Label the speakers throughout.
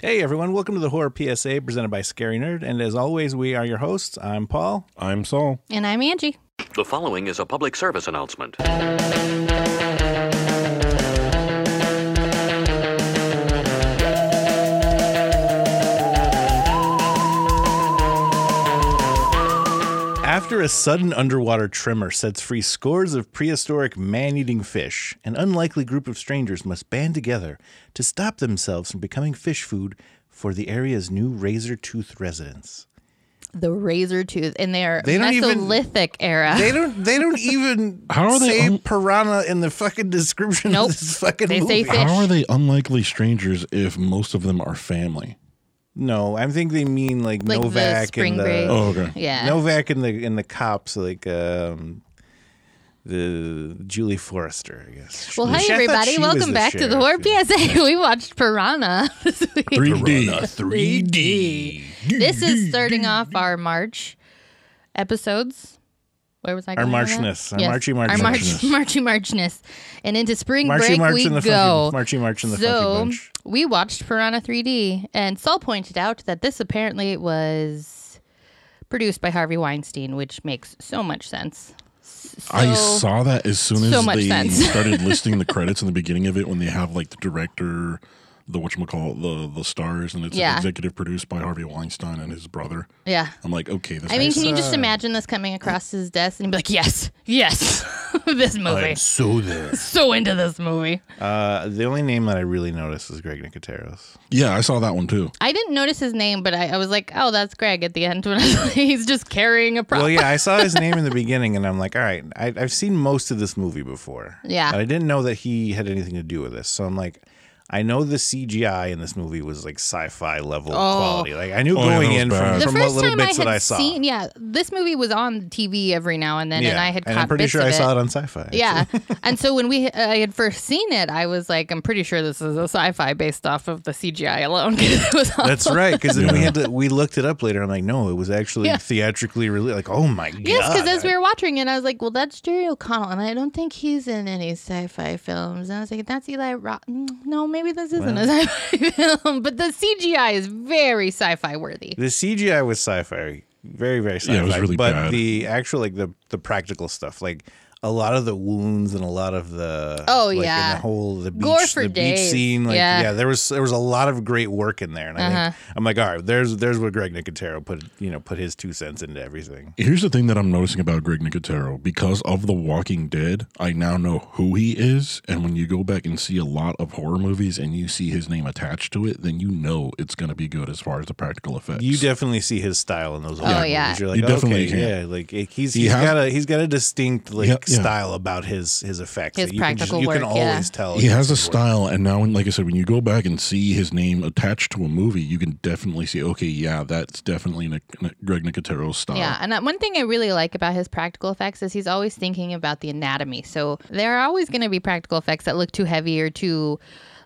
Speaker 1: Hey everyone, welcome to the Horror PSA presented by Scary Nerd. And as always, we are your hosts. I'm Paul.
Speaker 2: I'm Saul.
Speaker 3: And I'm Angie.
Speaker 4: The following is a public service announcement.
Speaker 1: After a sudden underwater tremor sets free scores of prehistoric man eating fish, an unlikely group of strangers must band together to stop themselves from becoming fish food for the area's new razor tooth residents.
Speaker 3: The razor tooth in their
Speaker 1: They don't even-
Speaker 3: Mesolithic era.
Speaker 1: They don't they don't even
Speaker 2: How are they
Speaker 1: say
Speaker 2: un-
Speaker 1: piranha in the fucking description
Speaker 3: Nope.
Speaker 1: of this fucking
Speaker 3: They say
Speaker 1: movie.
Speaker 3: fish.
Speaker 2: How are they unlikely strangers if most of them are family?
Speaker 1: no, I think they mean like,
Speaker 3: Like the
Speaker 1: Novak
Speaker 3: spring
Speaker 1: and the
Speaker 3: break.
Speaker 2: Oh, okay.
Speaker 3: yeah.
Speaker 1: Novak and the and the cops like um the Julie Forrester, I guess.
Speaker 3: well, hi
Speaker 1: She- I thought she
Speaker 3: everybody.
Speaker 1: was
Speaker 3: Welcome back to the Horror
Speaker 1: sheriff.
Speaker 3: PSA. We watched Piranha this week.
Speaker 2: 3D.
Speaker 1: 3D.
Speaker 3: This is starting off our March episodes. Where was I
Speaker 1: Our
Speaker 3: going? with that?
Speaker 1: Marchness. Our Marchy
Speaker 3: Our March,
Speaker 1: Marchness.
Speaker 3: Marchy Marchness. And into spring
Speaker 1: Marchy
Speaker 3: break
Speaker 1: March
Speaker 3: we
Speaker 1: and the
Speaker 3: go.
Speaker 1: Funky, Marchy March and the Funky
Speaker 3: so
Speaker 1: Bunch.
Speaker 3: we watched Piranha 3D, and Saul pointed out that this apparently was produced by Harvey Weinstein, which makes so much sense.
Speaker 2: I
Speaker 3: So-
Speaker 2: saw that as soon as
Speaker 3: so much
Speaker 2: they
Speaker 3: sense.
Speaker 2: started listing the credits in the beginning of it when they have like the director, the whatchamacallit, the the stars, and it's
Speaker 3: Yeah.
Speaker 2: executive produced by Harvey Weinstein and his brother.
Speaker 3: Yeah.
Speaker 2: I'm like, okay, this
Speaker 3: I mean,
Speaker 2: makes
Speaker 3: can you just
Speaker 1: uh,
Speaker 3: imagine this coming across his desk and he'd be like, yes, yes, this movie.
Speaker 1: so there.
Speaker 3: so into this movie.
Speaker 1: Uh, the only name that I really noticed is Greg Nicoteros.
Speaker 2: Yeah, I saw that one too.
Speaker 3: I didn't notice his name, but I, I was like, oh, that's Greg at the end when he's just carrying a prop.
Speaker 1: Well, yeah, I saw his name in the beginning, and I'm like, all right, I, I've seen most of this movie before.
Speaker 3: Yeah.
Speaker 1: But I didn't know that he had anything to do with this. So I'm like, I know the CGI in this movie was like sci-fi level quality. Like I knew
Speaker 2: Oh, yeah,
Speaker 1: going
Speaker 2: that was
Speaker 1: in
Speaker 2: bad.
Speaker 1: from,
Speaker 3: the
Speaker 1: from what
Speaker 3: first
Speaker 1: little
Speaker 3: time I
Speaker 1: bits
Speaker 3: had
Speaker 1: that I saw.
Speaker 3: seen, yeah, this movie was on TV every now and then,
Speaker 1: yeah.
Speaker 3: and I had caught
Speaker 1: I'm pretty
Speaker 3: bits
Speaker 1: sure
Speaker 3: of
Speaker 1: I
Speaker 3: it.
Speaker 1: saw it on sci-fi.
Speaker 3: Yeah, and so when we I had first seen it, I was like, I'm pretty sure this is a sci-fi based off of the CGI alone. 'cause it was all-
Speaker 1: That's right, because then we
Speaker 2: Yeah.
Speaker 1: had to we looked it up later. I'm like, no, it was actually
Speaker 3: Yeah.
Speaker 1: theatrically released. Like, oh my god!
Speaker 3: Yes, because as
Speaker 1: I-
Speaker 3: we were watching it, I was like, "Well, that's Jerry O'Connell, and I don't think he's in any sci-fi films." And I was like, "That's Eli Roth." Mm, No, maybe this isn't a sci-fi film, but the CGI is very sci-fi worthy.
Speaker 1: the CGI was sci-fi, very very sci-fi.
Speaker 2: Yeah, it was really
Speaker 1: but
Speaker 2: bad.
Speaker 1: the actual like the the practical stuff, like a lot of the wounds and a lot of the
Speaker 3: Oh,
Speaker 1: like, and
Speaker 3: yeah.
Speaker 1: the whole the beach,
Speaker 3: Gore for
Speaker 1: the beach
Speaker 3: days.
Speaker 1: scene. Like yeah.
Speaker 3: Yeah. Uh-huh.
Speaker 1: there was there was a lot of great work in there, and I think, I'm like, all right, there's there's where Greg Nicotero put you know put his two cents into everything.
Speaker 2: Here's the thing that I'm noticing about Greg Nicotero. Because of The Walking Dead, I now know who he is. And when you go back and see a lot of horror movies and you see his name attached to it, then you know it's going to be good as far as the practical effects.
Speaker 1: You definitely see his style in those. Oh
Speaker 3: yeah.
Speaker 1: movies. you're like,
Speaker 2: You definitely
Speaker 1: okay,
Speaker 2: can.
Speaker 1: yeah, like it- he's
Speaker 2: He
Speaker 1: he's
Speaker 2: has-
Speaker 1: got a he's got a distinct like
Speaker 2: Yeah, yeah.
Speaker 1: style about his his effects.
Speaker 3: His
Speaker 1: that you can just-
Speaker 3: practical
Speaker 1: you
Speaker 3: work,
Speaker 1: can
Speaker 3: yeah.
Speaker 1: always tell.
Speaker 2: he
Speaker 1: like,
Speaker 2: has a
Speaker 1: this is work.
Speaker 2: style. And now, when, like I said, when you go back and see his name attached to a movie, you can definitely see, okay, yeah, that's definitely Nic- Nic- Greg Nicotero's style.
Speaker 3: Yeah, and that one thing I really like about his practical effects is he's always thinking about the anatomy. So there are always going to be practical effects that look too heavy or too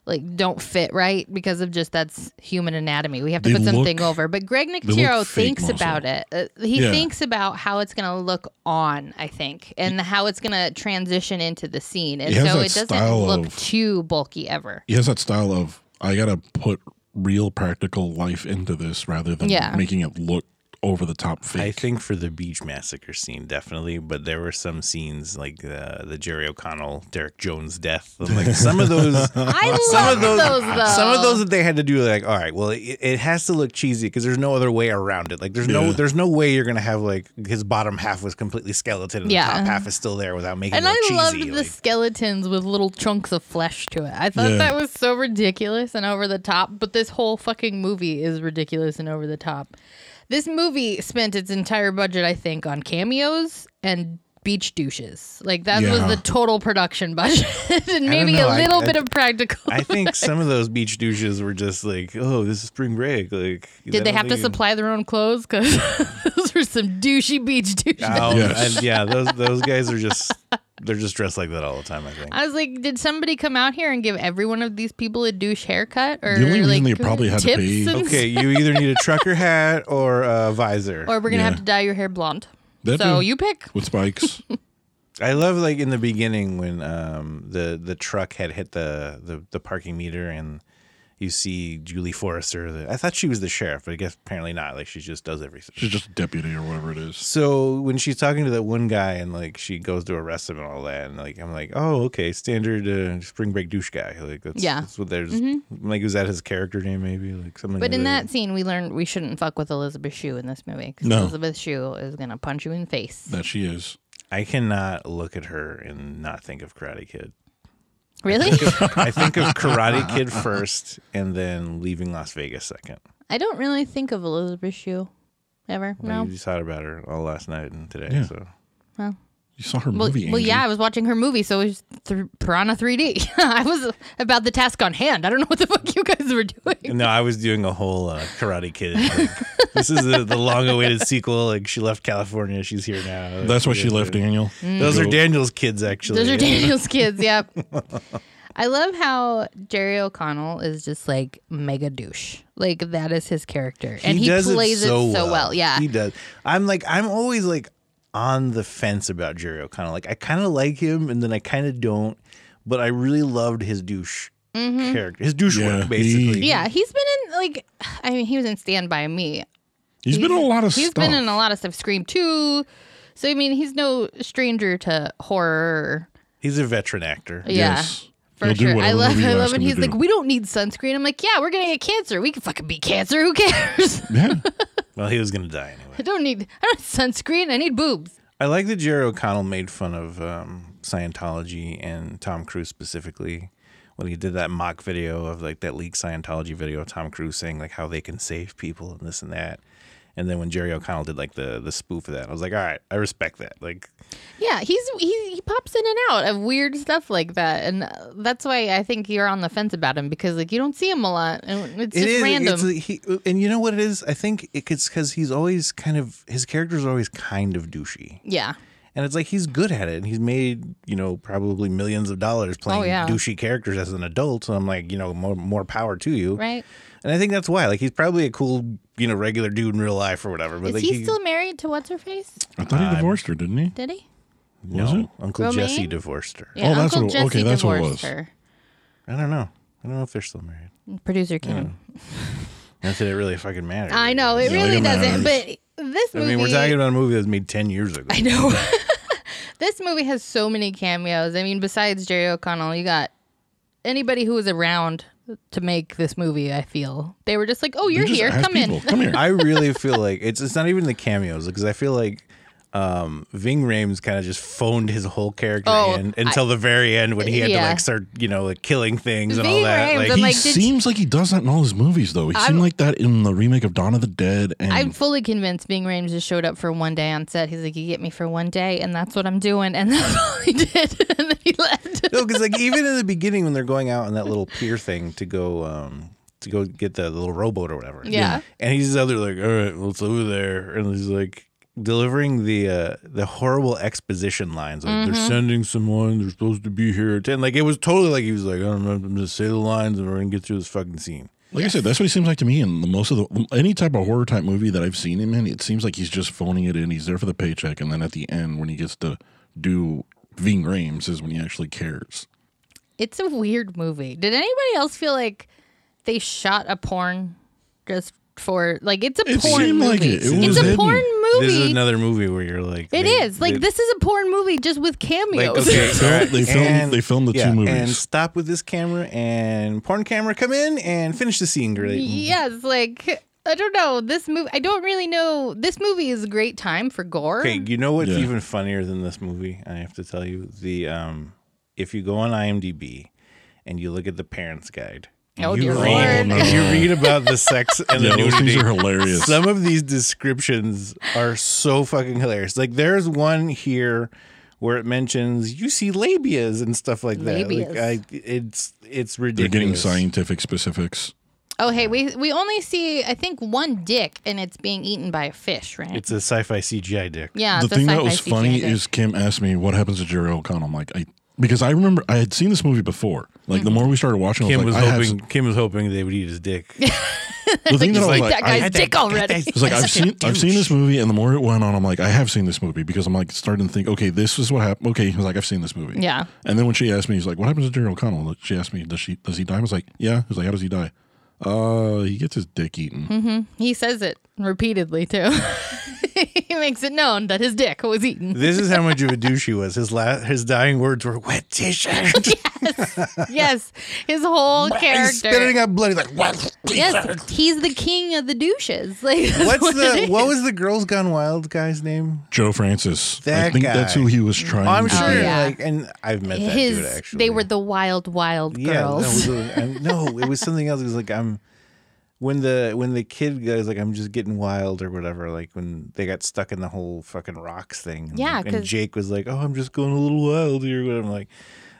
Speaker 3: like don't fit right because of just that's human anatomy. We have to
Speaker 2: They
Speaker 3: put something
Speaker 2: look-
Speaker 3: over. But Greg
Speaker 2: look
Speaker 3: Nicotero
Speaker 2: fake
Speaker 3: thinks
Speaker 2: mostly.
Speaker 3: about it. Uh, he
Speaker 2: Yeah.
Speaker 3: thinks about how it's going to look on, I think, and how it's going to transition into the scene. And
Speaker 2: He has
Speaker 3: so
Speaker 2: that
Speaker 3: it doesn't
Speaker 2: style
Speaker 3: look
Speaker 2: of-
Speaker 3: too bulky ever.
Speaker 2: He has that style of, I got to put real practical life into this rather than
Speaker 3: Yeah.
Speaker 2: making it look over the top fake.
Speaker 1: I think for the beach massacre scene, definitely, but there were some scenes like uh, the Jerry O'Connell, Derek Jones death. I'm like some of those,
Speaker 3: I love
Speaker 1: some of those,
Speaker 3: those though.
Speaker 1: some of those that they had to do. Like, all right, well, it, it has to look cheesy because there's no other way around it. Like, there's no,
Speaker 2: Yeah.
Speaker 1: there's no way you're gonna have like his bottom half was completely skeleton and
Speaker 3: Yeah.
Speaker 1: the top half is still there without making
Speaker 3: And
Speaker 1: it
Speaker 3: I
Speaker 1: cheesy.
Speaker 3: loved the
Speaker 1: like-
Speaker 3: skeletons with little chunks of flesh to it. I thought
Speaker 2: Yeah.
Speaker 3: that was so ridiculous and over the top, but this whole fucking movie is ridiculous and over the top. This movie spent its entire budget, I think, on cameos and beach douches. Like that was
Speaker 2: Yeah.
Speaker 3: the total production budget and maybe
Speaker 1: know,
Speaker 3: a
Speaker 1: I-
Speaker 3: little
Speaker 1: I-
Speaker 3: bit of practical.
Speaker 1: I think some of those beach douches were just like, oh, this is spring break. Like,
Speaker 3: Did they
Speaker 1: don't
Speaker 3: have to
Speaker 1: think-
Speaker 3: supply their own clothes? Because those were some douchey beach douches.
Speaker 2: Uh,
Speaker 1: Oh,
Speaker 2: Yes.
Speaker 1: and yeah, those those guys are just they're just dressed like that all the time. I think.
Speaker 3: I was like, did somebody come out here and give every one of these people a douche haircut? Or
Speaker 2: The only
Speaker 3: like
Speaker 2: reason they probably had to
Speaker 3: tips
Speaker 2: pay-
Speaker 3: and
Speaker 1: Okay, you either need a trucker hat or a visor.
Speaker 3: or we're gonna
Speaker 2: Yeah.
Speaker 3: have to dye your hair blonde.
Speaker 2: That
Speaker 3: so
Speaker 2: too.
Speaker 3: you pick.
Speaker 2: with spikes.
Speaker 1: I love like in the beginning when um the the truck had hit the the, the parking meter and You see Julie Forrester. The, I thought she was the sheriff, but I guess apparently not. Like she just does everything.
Speaker 2: She's just a deputy or whatever it is.
Speaker 1: So when she's talking to that one guy and like she goes to arrest him and all that, and like I'm like, oh okay, standard uh, spring break douche guy. Like that's
Speaker 3: Yeah. Mm-hmm.
Speaker 1: that's what there's like was that his character name maybe like something.
Speaker 3: But
Speaker 1: like
Speaker 3: in that scene, we learned we shouldn't fuck with Elizabeth Shue in this movie because
Speaker 2: No.
Speaker 3: Elizabeth Shue is gonna punch you in the face.
Speaker 2: That she is.
Speaker 1: I cannot look at her and not think of Karate Kid.
Speaker 3: Really?
Speaker 1: I think of Karate Kid first, and then Leaving Las Vegas second.
Speaker 3: I don't really think of Elizabeth Shue ever.
Speaker 1: Like,
Speaker 3: No.
Speaker 1: You just thought about her all last night and today.
Speaker 2: Yeah.
Speaker 1: So
Speaker 2: You saw her
Speaker 3: Well,
Speaker 2: movie.
Speaker 3: well,
Speaker 2: Angie.
Speaker 3: yeah, I was watching her movie, so it was th- Piranha 3D. I was about the task on hand. I don't know what the fuck you guys were doing.
Speaker 1: no, I was doing a whole uh, Karate Kid. Like, this is the, the long-awaited sequel. Like she left California, she's here now.
Speaker 2: That's why
Speaker 1: Yeah,
Speaker 2: she left
Speaker 1: yeah.
Speaker 2: Daniel.
Speaker 3: Mm.
Speaker 1: Those are
Speaker 2: Go-
Speaker 1: Daniel's kids, actually.
Speaker 3: Those are
Speaker 1: Yeah.
Speaker 3: Daniel's kids. Yep. I love how Jerry O'Connell is just like mega douche. Like that is his character, and he plays it so well. Yeah,
Speaker 1: he does. I'm like, I'm always like on the fence about Jerry O'Connell. Like, I kind of like him, and then I kind of don't. But I really loved his douche character, his douche
Speaker 2: Yeah,
Speaker 1: work, basically.
Speaker 2: he-
Speaker 3: Mm-hmm. yeah. He's been in like, I mean, he was in Stand by Me.
Speaker 2: he's been in a lot of
Speaker 3: He's
Speaker 2: stuff.
Speaker 3: been in a lot of stuff. Scream too. So I mean, he's no stranger to horror.
Speaker 1: He's a veteran actor.
Speaker 3: Yeah.
Speaker 2: Yes.
Speaker 3: For
Speaker 2: He'll do
Speaker 3: sure. I
Speaker 2: whatever
Speaker 3: love
Speaker 2: movie you
Speaker 3: I love
Speaker 2: ask
Speaker 3: when
Speaker 2: him to
Speaker 3: he's like,
Speaker 2: do.
Speaker 3: We don't need sunscreen. I'm like, Yeah, we're gonna get cancer. We can fucking beat cancer. Who cares?
Speaker 2: Yeah.
Speaker 1: Well, he was gonna die anyway.
Speaker 3: I don't need I don't need sunscreen. I need boobs.
Speaker 1: I like that Jerry O'Connell made fun of um, Scientology and Tom Cruise specifically when he did that mock video of like that leaked Scientology video of Tom Cruise saying like how they can save people and this and that. And then when Jerry O'Connell did like the the spoof of that, I was like, all right, I respect that. Like,
Speaker 3: Yeah, he's he, he pops in and out of weird stuff like that, and uh, that's why I think you're on the fence about him because like you don't see him a lot, and it's
Speaker 1: it
Speaker 3: just
Speaker 1: is-
Speaker 3: random.
Speaker 1: it's- he, and you know what it is? I think it's because he's always kind of his character's always kind of douchey.
Speaker 3: yeah,
Speaker 1: And it's like he's good at it, and he's made you know probably millions of dollars playing
Speaker 3: Oh, yeah.
Speaker 1: douchey characters as an adult. So I'm like, you know, more more power to you,
Speaker 3: right.
Speaker 1: And I think that's why. Like he's probably a cool, you know, regular dude in real life or whatever. But
Speaker 3: Is
Speaker 1: like,
Speaker 3: he still married to what's her face?
Speaker 2: I thought he divorced her, didn't he?
Speaker 3: Did he?
Speaker 1: no,
Speaker 2: Was it?
Speaker 1: Uncle
Speaker 3: Romaine?
Speaker 1: Jesse divorced her.
Speaker 3: Yeah,
Speaker 2: Oh, that's
Speaker 3: Uncle
Speaker 2: what it-
Speaker 3: Jesse
Speaker 2: okay, that's what it
Speaker 3: divorced
Speaker 2: was.
Speaker 3: her.
Speaker 1: I don't know. I don't know if they're still married.
Speaker 3: Producer Kim.
Speaker 1: Not that it really fucking matters.
Speaker 3: I know it
Speaker 2: Yeah,
Speaker 3: really
Speaker 2: it
Speaker 3: doesn't,
Speaker 2: matters.
Speaker 3: but this
Speaker 1: I
Speaker 3: movie.
Speaker 1: mean, we're talking about a movie that was made ten years ago.
Speaker 3: I know. this movie has so many cameos. I mean, besides Jerry O'Connell, you got anybody who was around to make this movie, I feel. They were just like, oh,
Speaker 2: You
Speaker 3: you're
Speaker 2: just
Speaker 3: here.
Speaker 2: ask
Speaker 3: Come
Speaker 2: people,
Speaker 3: in.
Speaker 2: Come here.
Speaker 1: I really feel like it's it's not even the cameos because I feel like um Ving Rhames kind of just phoned his whole character
Speaker 3: Oh,
Speaker 1: in until the very end when he had to
Speaker 3: yeah.
Speaker 1: like start you know like killing things and all
Speaker 3: Ving
Speaker 1: that.
Speaker 3: Rhames,
Speaker 1: like,
Speaker 3: I'm
Speaker 2: he
Speaker 3: like, did-
Speaker 2: seems like he does that in all his movies, though. He
Speaker 3: I'm-
Speaker 2: seemed like that in the remake of Dawn of the Dead. And
Speaker 3: I'm fully convinced Bing Rames just showed up for one day on set. He's like, you get me for one day, and that's what I'm doing. And that's all he did. and then he left.
Speaker 1: No, because like even in the beginning when they're going out on that little pier thing to go um to go get the little rowboat or whatever.
Speaker 3: Yeah.
Speaker 1: And he's out there like, all right, let's over there, and he's like delivering the uh the horrible exposition lines like they're
Speaker 3: Mm-hmm.
Speaker 1: sending someone they're supposed to be here at 10 like it was totally like he was like I don't know, i'm gonna say the lines and we're gonna get through this fucking scene
Speaker 2: like I said, that's what he seems like to me. In the most of the any type of horror type movie that I've seen him in, it seems like he's just phoning it in. He's there for the paycheck, and then at the end, when he gets to do Ving Rhames, is when he actually cares.
Speaker 3: It's a weird movie. Did anybody else feel like they shot a porn just for, like, it's a
Speaker 2: It
Speaker 3: porn
Speaker 2: seemed
Speaker 3: movie.
Speaker 2: like it. It
Speaker 3: it's
Speaker 2: was
Speaker 3: a
Speaker 2: hidden.
Speaker 3: porn movie.
Speaker 1: this is another movie where you're like
Speaker 3: It
Speaker 1: they-
Speaker 3: is like
Speaker 1: they-
Speaker 3: this is a porn movie just with
Speaker 1: like,
Speaker 3: cameos.
Speaker 1: okay,
Speaker 2: So
Speaker 1: all right,
Speaker 2: they filmed- they filmed the two movies.
Speaker 1: and stop with this camera and porn camera come in and finish the scene great
Speaker 3: yes, like I don't know this movie. I don't really know. This movie is a great time for gore.
Speaker 1: Okay, you know what's
Speaker 2: Yeah.
Speaker 1: even funnier than this movie? I have to tell you the um, if you go on IMDb and you look at the parents' guide, and
Speaker 3: Oh,
Speaker 1: you
Speaker 3: dear
Speaker 1: read,
Speaker 3: Lord.
Speaker 1: and you read about the sex and
Speaker 2: Yeah,
Speaker 1: the
Speaker 2: those things
Speaker 1: nudity.
Speaker 2: are hilarious.
Speaker 1: Some of these descriptions are so fucking hilarious. Like there's one here where it mentions you see labias and stuff like that. Like,
Speaker 3: Labias.
Speaker 1: I, it's it's
Speaker 2: They're
Speaker 1: ridiculous.
Speaker 2: getting scientific specifics.
Speaker 3: Oh hey, we we only see I think one dick and it's being eaten by a fish, right?
Speaker 1: It's a sci-fi CGI dick.
Speaker 3: yeah.
Speaker 2: the
Speaker 3: it's a
Speaker 2: thing that
Speaker 3: sci-fi
Speaker 2: was
Speaker 3: CGI
Speaker 2: funny
Speaker 3: dick.
Speaker 2: is Kim asked me what happens to Jerry O'Connell. I'm like, I because I remember I had seen this movie before. Like
Speaker 3: Mm-hmm.
Speaker 2: the more we started watching, I
Speaker 1: Kim
Speaker 2: was
Speaker 1: was
Speaker 2: like, I have-
Speaker 1: hoping Kim was hoping they would eat his dick.
Speaker 2: the thing that I was
Speaker 1: Like,
Speaker 2: like,
Speaker 3: that
Speaker 2: I-
Speaker 3: guy's dick already.
Speaker 2: It's like I've seen I've seen this movie, and the more it went on, I'm like, I have seen this movie because I'm like starting to think, okay, this is what happened. Okay, I was like, I've seen this movie.
Speaker 3: Yeah.
Speaker 2: And then when she asked me, he's like, what happens to Jerry O'Connell? She asked me, does she does he die? I was like, yeah. He's like, how does he die? Uh, he gets his dick eaten.
Speaker 3: Mm-hmm. He says it repeatedly too. he makes it known that his dick was eaten.
Speaker 1: This is how much of a douche he was. His la- his dying words were wet t-shirt.
Speaker 3: Yes, his whole
Speaker 1: He's spitting
Speaker 3: character.
Speaker 1: up blood. He's like, what?
Speaker 3: Yes, he's the king of the douches. Like that's
Speaker 1: What's
Speaker 3: what
Speaker 1: the
Speaker 3: it
Speaker 1: what
Speaker 3: is.
Speaker 1: was the Girls Gone Wild guy's name?
Speaker 2: Joe Francis. I
Speaker 1: That
Speaker 2: think that's
Speaker 1: guy.
Speaker 2: who he was trying
Speaker 1: I'm
Speaker 2: to
Speaker 1: sure.
Speaker 2: be.
Speaker 3: Oh, yeah.
Speaker 1: Like, and I've met that
Speaker 3: his?
Speaker 1: dude actually.
Speaker 3: They were the wild, wild
Speaker 1: yeah, no,
Speaker 3: girls.
Speaker 1: it was- I'm- No, it was, something else. It was like I'm when the when the kid goes like I'm just getting wild or whatever. Like when they got stuck in the whole fucking rocks thing. And,
Speaker 3: Yeah,
Speaker 1: like- and
Speaker 3: 'cause-
Speaker 1: Jake was like, "Oh, I'm just going a little wild here." But I'm like,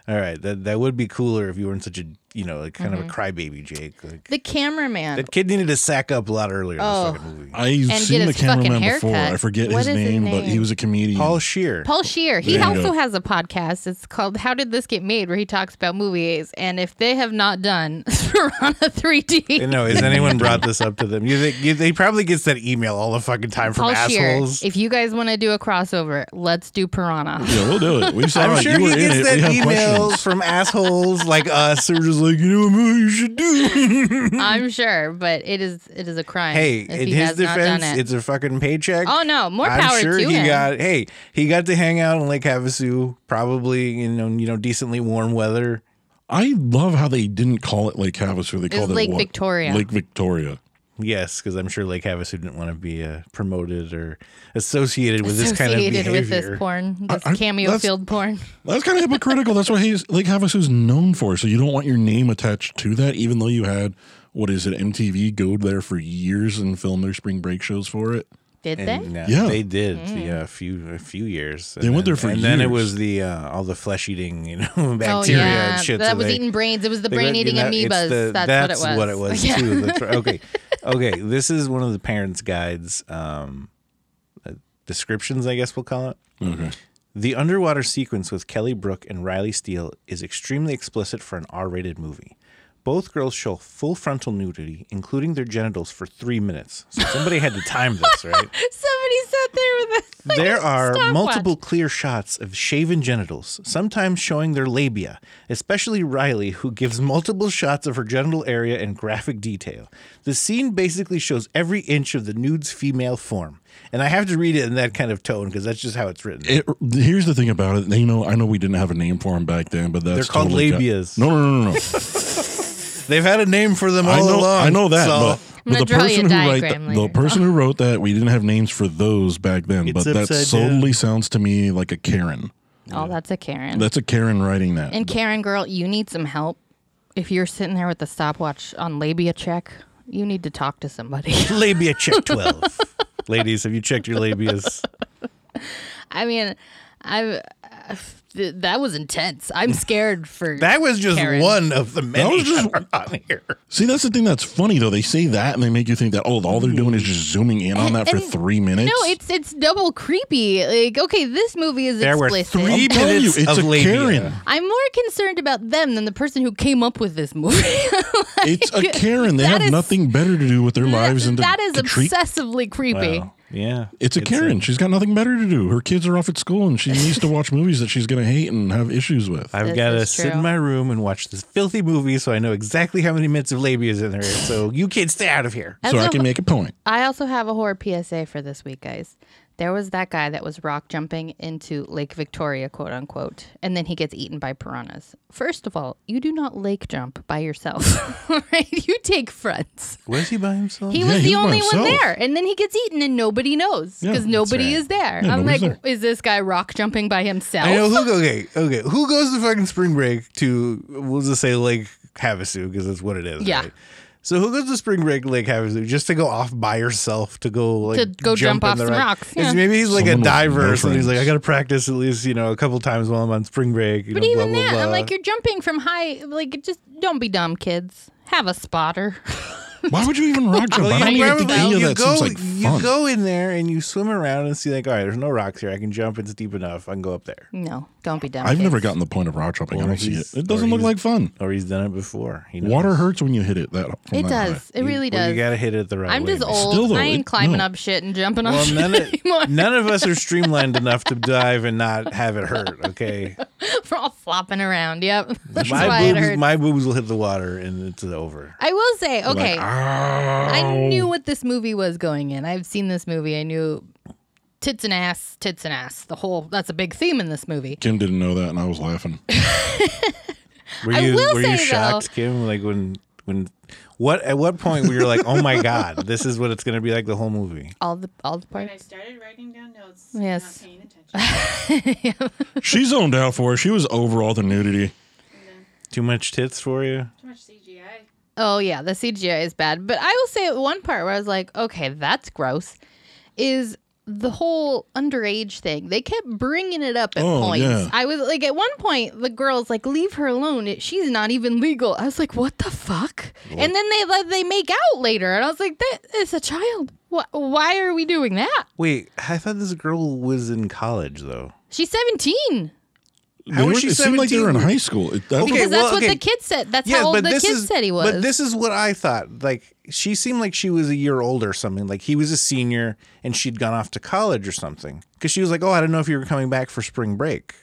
Speaker 1: "All right, that that would be cooler if you weren't such a you know like kind
Speaker 3: Mm-hmm.
Speaker 1: of a crybaby, Jake." Like
Speaker 3: the cameraman.
Speaker 1: that kid needed to sack up a lot earlier in
Speaker 3: Oh.
Speaker 1: this fucking movie.
Speaker 2: I've
Speaker 3: And
Speaker 2: seen
Speaker 3: get
Speaker 2: the
Speaker 3: his fucking
Speaker 2: cameraman before.
Speaker 3: haircut.
Speaker 2: I forget
Speaker 3: What
Speaker 2: his
Speaker 3: is his
Speaker 2: name, but he
Speaker 3: name?
Speaker 2: was a comedian.
Speaker 1: Paul Shear.
Speaker 3: Paul Shear. He
Speaker 2: There you
Speaker 3: also
Speaker 2: go.
Speaker 3: has a podcast. It's called How Did This Get Made, where he talks about movies. And if they have not done Piranha 3D,
Speaker 1: You know, has anyone brought this up to them? You think you, they probably gets that email all the fucking time from
Speaker 3: Paul Shear,
Speaker 1: assholes?
Speaker 3: if you guys want to do a crossover, let's do Piranha.
Speaker 2: Yeah, we'll do it. We saw
Speaker 1: I'm
Speaker 2: it.
Speaker 1: sure
Speaker 2: you
Speaker 1: he
Speaker 2: were in
Speaker 1: gets
Speaker 2: it.
Speaker 1: that
Speaker 2: we have
Speaker 1: email
Speaker 2: questions.
Speaker 1: from assholes like us who are just like, you know what movie you should do.
Speaker 3: I'm sure, but it is it is a crime.
Speaker 1: hey,
Speaker 3: if
Speaker 1: in
Speaker 3: he
Speaker 1: his
Speaker 3: has not done
Speaker 1: defense,
Speaker 3: it.
Speaker 1: it's a fucking paycheck.
Speaker 3: Oh, no, more
Speaker 1: I'm
Speaker 3: power
Speaker 1: sure
Speaker 3: to
Speaker 1: he
Speaker 3: him.
Speaker 1: got hey, he got to hang out on Lake Havasu, probably in you know decently warm weather.
Speaker 2: I love how they didn't call it Lake Havasu. They called it,
Speaker 3: Lake
Speaker 2: what?
Speaker 3: Victoria.
Speaker 2: Lake Victoria.
Speaker 1: Yes, because I'm sure Lake Havasu didn't want to be uh, promoted or associated with this kind of
Speaker 3: associated
Speaker 1: behavior.
Speaker 3: with this porn, this
Speaker 2: I-
Speaker 3: cameo
Speaker 2: that's-
Speaker 3: field porn.
Speaker 2: That's kind of hypocritical. That's what he's, Lake Havasu's known for. So you don't want your name attached to that, even though you had what is it? MTV go there for years and film their spring break shows for it.
Speaker 3: Did
Speaker 1: And,
Speaker 3: they?
Speaker 1: uh,
Speaker 2: Yeah.
Speaker 1: they did.
Speaker 3: Mm.
Speaker 1: Yeah, a few a few years. And
Speaker 2: They went there
Speaker 1: then-
Speaker 2: for
Speaker 1: and then it
Speaker 2: years.
Speaker 1: was the uh, all the flesh eating, you know, bacteria
Speaker 3: Oh yeah,
Speaker 1: and shit.
Speaker 3: that
Speaker 1: so
Speaker 3: was
Speaker 1: they-
Speaker 3: eating brains. It was the
Speaker 1: they
Speaker 3: brain
Speaker 1: went,
Speaker 3: eating
Speaker 1: you know, it's
Speaker 3: amoebas.
Speaker 1: the-
Speaker 3: that's, what it was. Yeah.
Speaker 1: too. That's right. Okay, okay. This is one of the parents' guides um, uh, descriptions, I guess we'll call it.
Speaker 2: Okay.
Speaker 1: The underwater sequence with Kelly Brook and Riley Steele is extremely explicit for an R rated movie. Both girls show full frontal nudity, including their genitals, for three minutes. So somebody had to time this, right?
Speaker 3: Somebody sat there with a
Speaker 1: There are
Speaker 3: stopwatch.
Speaker 1: multiple clear shots of shaven genitals, sometimes showing their labia, especially Riley, who gives multiple shots of her genital area in graphic detail. The scene basically shows every inch of the nude's female form. And I have to read it in that kind of tone because that's just how it's written.
Speaker 2: It, here's the thing about it. You know, I know we didn't have a name for them back then, but that's
Speaker 1: They're called
Speaker 2: totally ca-
Speaker 1: labias.
Speaker 2: no, no, no, no, no.
Speaker 1: They've had a name for them all
Speaker 2: I know,
Speaker 1: along.
Speaker 2: I know that,
Speaker 1: so-
Speaker 2: but,
Speaker 3: I'm gonna
Speaker 2: but the
Speaker 3: draw you a
Speaker 2: person who write
Speaker 3: diagram
Speaker 2: the, the
Speaker 3: later.
Speaker 2: person who wrote that, we didn't have names for those back then.
Speaker 1: It's
Speaker 2: but that
Speaker 1: upside down.
Speaker 2: totally sounds to me like a Karen.
Speaker 3: Oh, that's a Karen.
Speaker 2: That's a Karen writing that.
Speaker 3: and Karen, girl, you need some help. If you're sitting there with the stopwatch on labia check, you need to talk to somebody.
Speaker 1: labia check 12. Ladies, have you checked your labias?
Speaker 3: I mean, I've. uh, th- That was intense. I'm scared for
Speaker 1: That was just
Speaker 3: Karen.
Speaker 1: one of the many that,
Speaker 2: was just-
Speaker 1: are on here.
Speaker 2: See, that's the thing that's funny though. They say that and they make you think that oh, all they're doing is just zooming in on that for
Speaker 3: And-
Speaker 2: three minutes.
Speaker 3: No, it's it's double creepy. Like, okay, this movie is
Speaker 1: There were
Speaker 3: explicit.
Speaker 1: three
Speaker 2: I'm telling you,
Speaker 1: minutes
Speaker 2: it's
Speaker 1: of
Speaker 2: a
Speaker 1: labia.
Speaker 2: Karen.
Speaker 3: I'm more concerned about them than the person who came up with this movie.
Speaker 2: It's a Karen. They
Speaker 3: that
Speaker 2: have
Speaker 3: is-
Speaker 2: nothing better to do with their lives than to,
Speaker 3: that is
Speaker 2: to treat.
Speaker 3: obsessively creepy.
Speaker 1: Wow. Yeah.
Speaker 2: Oh, It's a Karen. She's got nothing better to do. Her kids are off at school and she needs to watch movies that she's going to hate and have issues with.
Speaker 1: I've
Speaker 3: This
Speaker 1: got to
Speaker 3: is
Speaker 1: sit in
Speaker 3: true.
Speaker 1: my room and watch this filthy movie so I know exactly how many minutes of labia is in there. So you kids stay out of here.
Speaker 3: As
Speaker 2: so I
Speaker 3: a-
Speaker 2: can make a point.
Speaker 3: I also have a horror PSA for this week, guys. There was that guy that was rock jumping into Lake Victoria, quote unquote, and then he gets eaten by piranhas. First of all, you do not lake jump by yourself, right? You take friends.
Speaker 1: Was he by himself?
Speaker 3: He
Speaker 2: Yeah,
Speaker 3: was
Speaker 2: he
Speaker 3: the
Speaker 2: was by
Speaker 3: only one
Speaker 2: himself.
Speaker 3: there, and then he gets eaten, and nobody knows
Speaker 2: Yeah,
Speaker 3: because
Speaker 2: that's
Speaker 3: nobody
Speaker 1: right.
Speaker 3: is there.
Speaker 2: Yeah,
Speaker 3: I'm like,
Speaker 2: nobody's
Speaker 3: is this guy rock jumping by himself?
Speaker 1: I know who. Okay, okay. Who goes to fucking spring break to? We'll just say Lake Havasu because that's what it is.
Speaker 3: Yeah.
Speaker 1: right? So who goes to spring break Lake Havasu just to go off by herself to go like
Speaker 3: To go jump
Speaker 1: in
Speaker 3: off
Speaker 1: the
Speaker 3: some
Speaker 1: rock?
Speaker 3: rocks,
Speaker 1: It's-
Speaker 3: yeah.
Speaker 1: Maybe he's like
Speaker 2: Someone
Speaker 1: a
Speaker 2: with
Speaker 1: diver,
Speaker 2: no
Speaker 1: or something. He's like,
Speaker 2: friends.
Speaker 1: I got to practice at least you know a couple times while I'm on spring break. you
Speaker 3: But
Speaker 1: know, blah,
Speaker 3: even
Speaker 1: blah,
Speaker 3: that,
Speaker 1: blah.
Speaker 3: I'm like, you're jumping from high. Like, just don't be dumb, kids. Have a spotter.
Speaker 2: Why would you even rock jump? I don't
Speaker 1: you
Speaker 2: even think
Speaker 1: probably-
Speaker 2: any of
Speaker 1: you
Speaker 2: that
Speaker 1: go,
Speaker 2: seems like fun.
Speaker 1: you go in there and you swim around and see like, all right, there's no rocks here. I can jump. It's deep enough. I can go up there.
Speaker 3: No, don't be dumb.
Speaker 2: I've never
Speaker 3: kids.
Speaker 2: gotten the point of rock jumping. I
Speaker 1: Or
Speaker 2: don't see it.
Speaker 1: he's-
Speaker 2: It
Speaker 1: or
Speaker 2: doesn't look
Speaker 1: he's-
Speaker 2: like fun.
Speaker 1: Or he's done it before. He knows.
Speaker 2: Water hurts when you hit it. That from
Speaker 3: It
Speaker 2: that
Speaker 3: does.
Speaker 2: high.
Speaker 3: It really
Speaker 1: Well,
Speaker 3: does.
Speaker 1: you gotta hit it the right
Speaker 3: I'm
Speaker 1: way.
Speaker 3: just
Speaker 1: man.
Speaker 3: old.
Speaker 2: Still, though,
Speaker 3: I ain't
Speaker 2: it-
Speaker 3: climbing
Speaker 2: no.
Speaker 3: up shit and jumping on
Speaker 1: Well,
Speaker 3: shit
Speaker 1: none
Speaker 3: anymore.
Speaker 1: of, none of us are streamlined enough to dive and not have it hurt. Okay,
Speaker 3: We're all flopping around. Yep. That's why
Speaker 1: my
Speaker 3: it
Speaker 1: boobs,
Speaker 3: hurts.
Speaker 1: my boobs will hit the water and it's over.
Speaker 3: I will say,
Speaker 2: You're
Speaker 3: okay,
Speaker 2: Like,
Speaker 3: I
Speaker 2: "Ow."
Speaker 3: knew what this movie was going in. I've seen this movie. I knew tits and ass, tits and ass. The whole that's a big theme in this movie.
Speaker 2: Kim didn't know that, and I was laughing.
Speaker 1: Were
Speaker 3: I
Speaker 1: you
Speaker 3: will
Speaker 1: were
Speaker 3: say,
Speaker 1: you
Speaker 3: though-
Speaker 1: shocked, Kim? Like when when what at what point were you like, oh my god, this is what it's gonna be like the whole movie?
Speaker 3: All the all the
Speaker 5: I
Speaker 3: parts.
Speaker 5: started writing down notes.
Speaker 3: Yes.
Speaker 5: Not paying attention.
Speaker 2: she zoned out for it. She was over all the nudity.
Speaker 1: Too much tits for you?
Speaker 5: Too much CGI.
Speaker 3: Oh yeah, the CGI is bad. But I will say one part where I was like, okay, that's gross, is the whole underage thing. They kept bringing it up at
Speaker 2: Oh,
Speaker 3: points.
Speaker 2: yeah.
Speaker 3: I was like, at one point, the girl's like, leave her alone. It- She's not even legal. I was like, what the fuck? And then they let they make out later, and I was like, that is a child. Wh- Why are we doing that?
Speaker 1: Wait, I thought this girl was in college though.
Speaker 3: She's 17.
Speaker 1: How
Speaker 2: They
Speaker 1: is
Speaker 2: were-
Speaker 1: she
Speaker 2: it seemed like they were in
Speaker 1: 17?
Speaker 2: high school. It, that's
Speaker 1: Okay,
Speaker 3: Because that's
Speaker 1: well,
Speaker 3: what
Speaker 1: okay.
Speaker 3: the kid said. That's how old the kid
Speaker 1: is,
Speaker 3: said he was.
Speaker 1: But this is what I thought. Like she seemed like she was a year older or something. Like he was a senior and she'd gone off to college or something. Because she was like, "Oh, I don't know if you were coming back for spring break."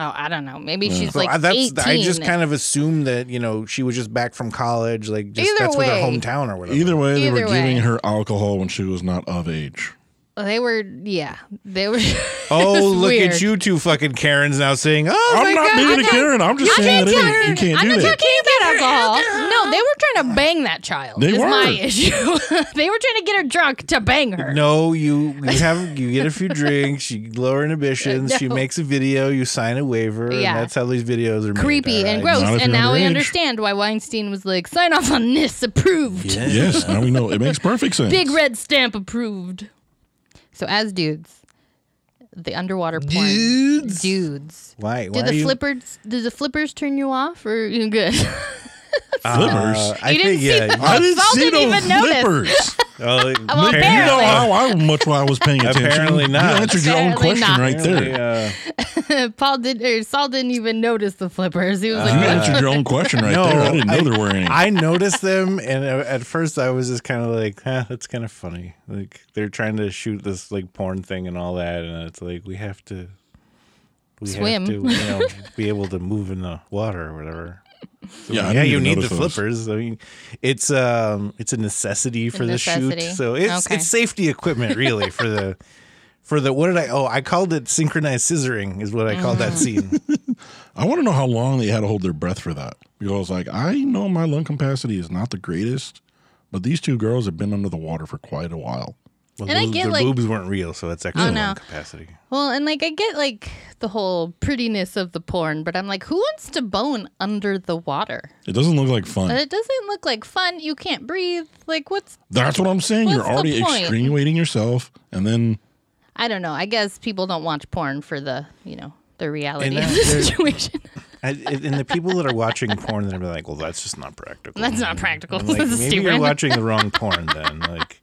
Speaker 3: oh, I don't know. Maybe she's
Speaker 1: So
Speaker 3: like
Speaker 1: I, that's
Speaker 3: 18.
Speaker 1: I just kind of assumed that you know she was just back from college. Like just
Speaker 3: Either
Speaker 1: that's where their
Speaker 3: way.
Speaker 1: hometown or whatever.
Speaker 2: Either way, they were
Speaker 3: Either
Speaker 2: giving
Speaker 3: way.
Speaker 2: her alcohol when she was not of age.
Speaker 3: They were, yeah, they were.
Speaker 1: Oh,
Speaker 3: It's
Speaker 1: look
Speaker 3: weird.
Speaker 1: at you two fucking Karens now saying, "Oh, my
Speaker 2: I'm not
Speaker 3: God,
Speaker 2: being a
Speaker 3: I can't-
Speaker 2: Karen. I'm just
Speaker 3: I
Speaker 2: saying
Speaker 3: can't
Speaker 2: that
Speaker 3: tell
Speaker 2: it- you can't
Speaker 3: I'm
Speaker 2: do
Speaker 3: not
Speaker 2: that.
Speaker 3: talking about alcohol. No, they were trying to bang that child.
Speaker 2: They
Speaker 3: is
Speaker 2: were.
Speaker 3: my issue. they were trying to get her drunk to bang her.
Speaker 1: No, you you have you get a few drinks, you lower inhibitions, she
Speaker 3: No.
Speaker 1: makes a video, you sign a waiver,
Speaker 3: Yeah.
Speaker 1: and that's how these videos are made,
Speaker 3: Creepy
Speaker 1: all
Speaker 3: and
Speaker 1: right?
Speaker 3: gross.
Speaker 2: Not if
Speaker 3: And
Speaker 2: you're
Speaker 3: now I
Speaker 2: underage.
Speaker 3: understand why Weinstein was like, sign off on this, approved.
Speaker 2: Yes, now we know. It makes perfect sense.
Speaker 3: Big red stamp approved. So, as dudes, the underwater porn. Dudes. Dudes.
Speaker 1: Why?
Speaker 3: Do
Speaker 1: why are
Speaker 3: the
Speaker 1: you-
Speaker 3: flippers? Do the flippers turn you off, or you good?
Speaker 2: flippers.
Speaker 1: Uh, I
Speaker 3: You
Speaker 1: think
Speaker 3: didn't see
Speaker 1: yeah.
Speaker 3: the-
Speaker 2: I didn't
Speaker 3: Saul
Speaker 2: see
Speaker 3: didn't
Speaker 2: no
Speaker 3: even notice.
Speaker 2: flippers.
Speaker 1: Oh,
Speaker 3: Well,
Speaker 1: apparently-
Speaker 2: You know
Speaker 3: Apparently.
Speaker 2: how I, much why I was paying attention.
Speaker 1: Apparently
Speaker 2: You
Speaker 1: not.
Speaker 2: answered your own
Speaker 3: Apparently
Speaker 2: question
Speaker 3: not.
Speaker 2: right
Speaker 1: apparently,
Speaker 2: there.
Speaker 1: uh,
Speaker 3: Paul did, or Saul didn't even notice the flippers. He was
Speaker 2: You
Speaker 3: like,
Speaker 2: answered your own question right
Speaker 1: Uh, No,
Speaker 2: there. I didn't know there were any.
Speaker 1: I noticed them, and uh, at first I was just kind of like, huh, "That's kind of funny." Like they're trying to shoot this like porn thing and all that, and it's like we have to, we
Speaker 3: Swim.
Speaker 1: have to, you know, be able to move in the water or whatever. So,
Speaker 2: Yeah, I
Speaker 1: yeah,
Speaker 2: didn't
Speaker 1: you
Speaker 2: even
Speaker 1: need the
Speaker 2: notice those.
Speaker 1: flippers. I mean, it's um, it's a necessity for the
Speaker 3: necessity.
Speaker 1: shoot. So it's
Speaker 3: Okay.
Speaker 1: it's safety equipment really for the. For the what did I oh I called it synchronized scissoring is what I called that
Speaker 3: Mm-hmm.
Speaker 1: scene.
Speaker 2: I want to know how long they had to hold their breath for that. Because, like, I know my lung capacity is not the greatest, but these two girls have been under the water for quite a while.
Speaker 1: Well,
Speaker 3: And I
Speaker 1: those-
Speaker 3: get,
Speaker 1: the
Speaker 3: like- Oh,
Speaker 1: boobs weren't real, so that's actually
Speaker 3: no.
Speaker 1: lung capacity.
Speaker 3: Well, and like I get like the whole prettiness of the porn, but I'm like, who wants to bone under the water?
Speaker 2: It doesn't look like
Speaker 3: But
Speaker 2: fun.
Speaker 3: it doesn't look like fun. You can't breathe. Like, what's
Speaker 2: That's what I'm saying. You're
Speaker 3: What's the
Speaker 2: already
Speaker 3: point?
Speaker 2: extenuating yourself, and then
Speaker 3: I don't know. I guess people don't watch porn for the you know the reality
Speaker 1: And
Speaker 3: of the
Speaker 1: that- there-
Speaker 3: situation.
Speaker 1: I, and the people that are watching porn, they're gonna be like, "Well, that's just not practical."
Speaker 3: That's not practical.
Speaker 1: I'm like,
Speaker 3: this
Speaker 1: maybe
Speaker 3: is stupid.
Speaker 1: you're watching the wrong porn then. Like,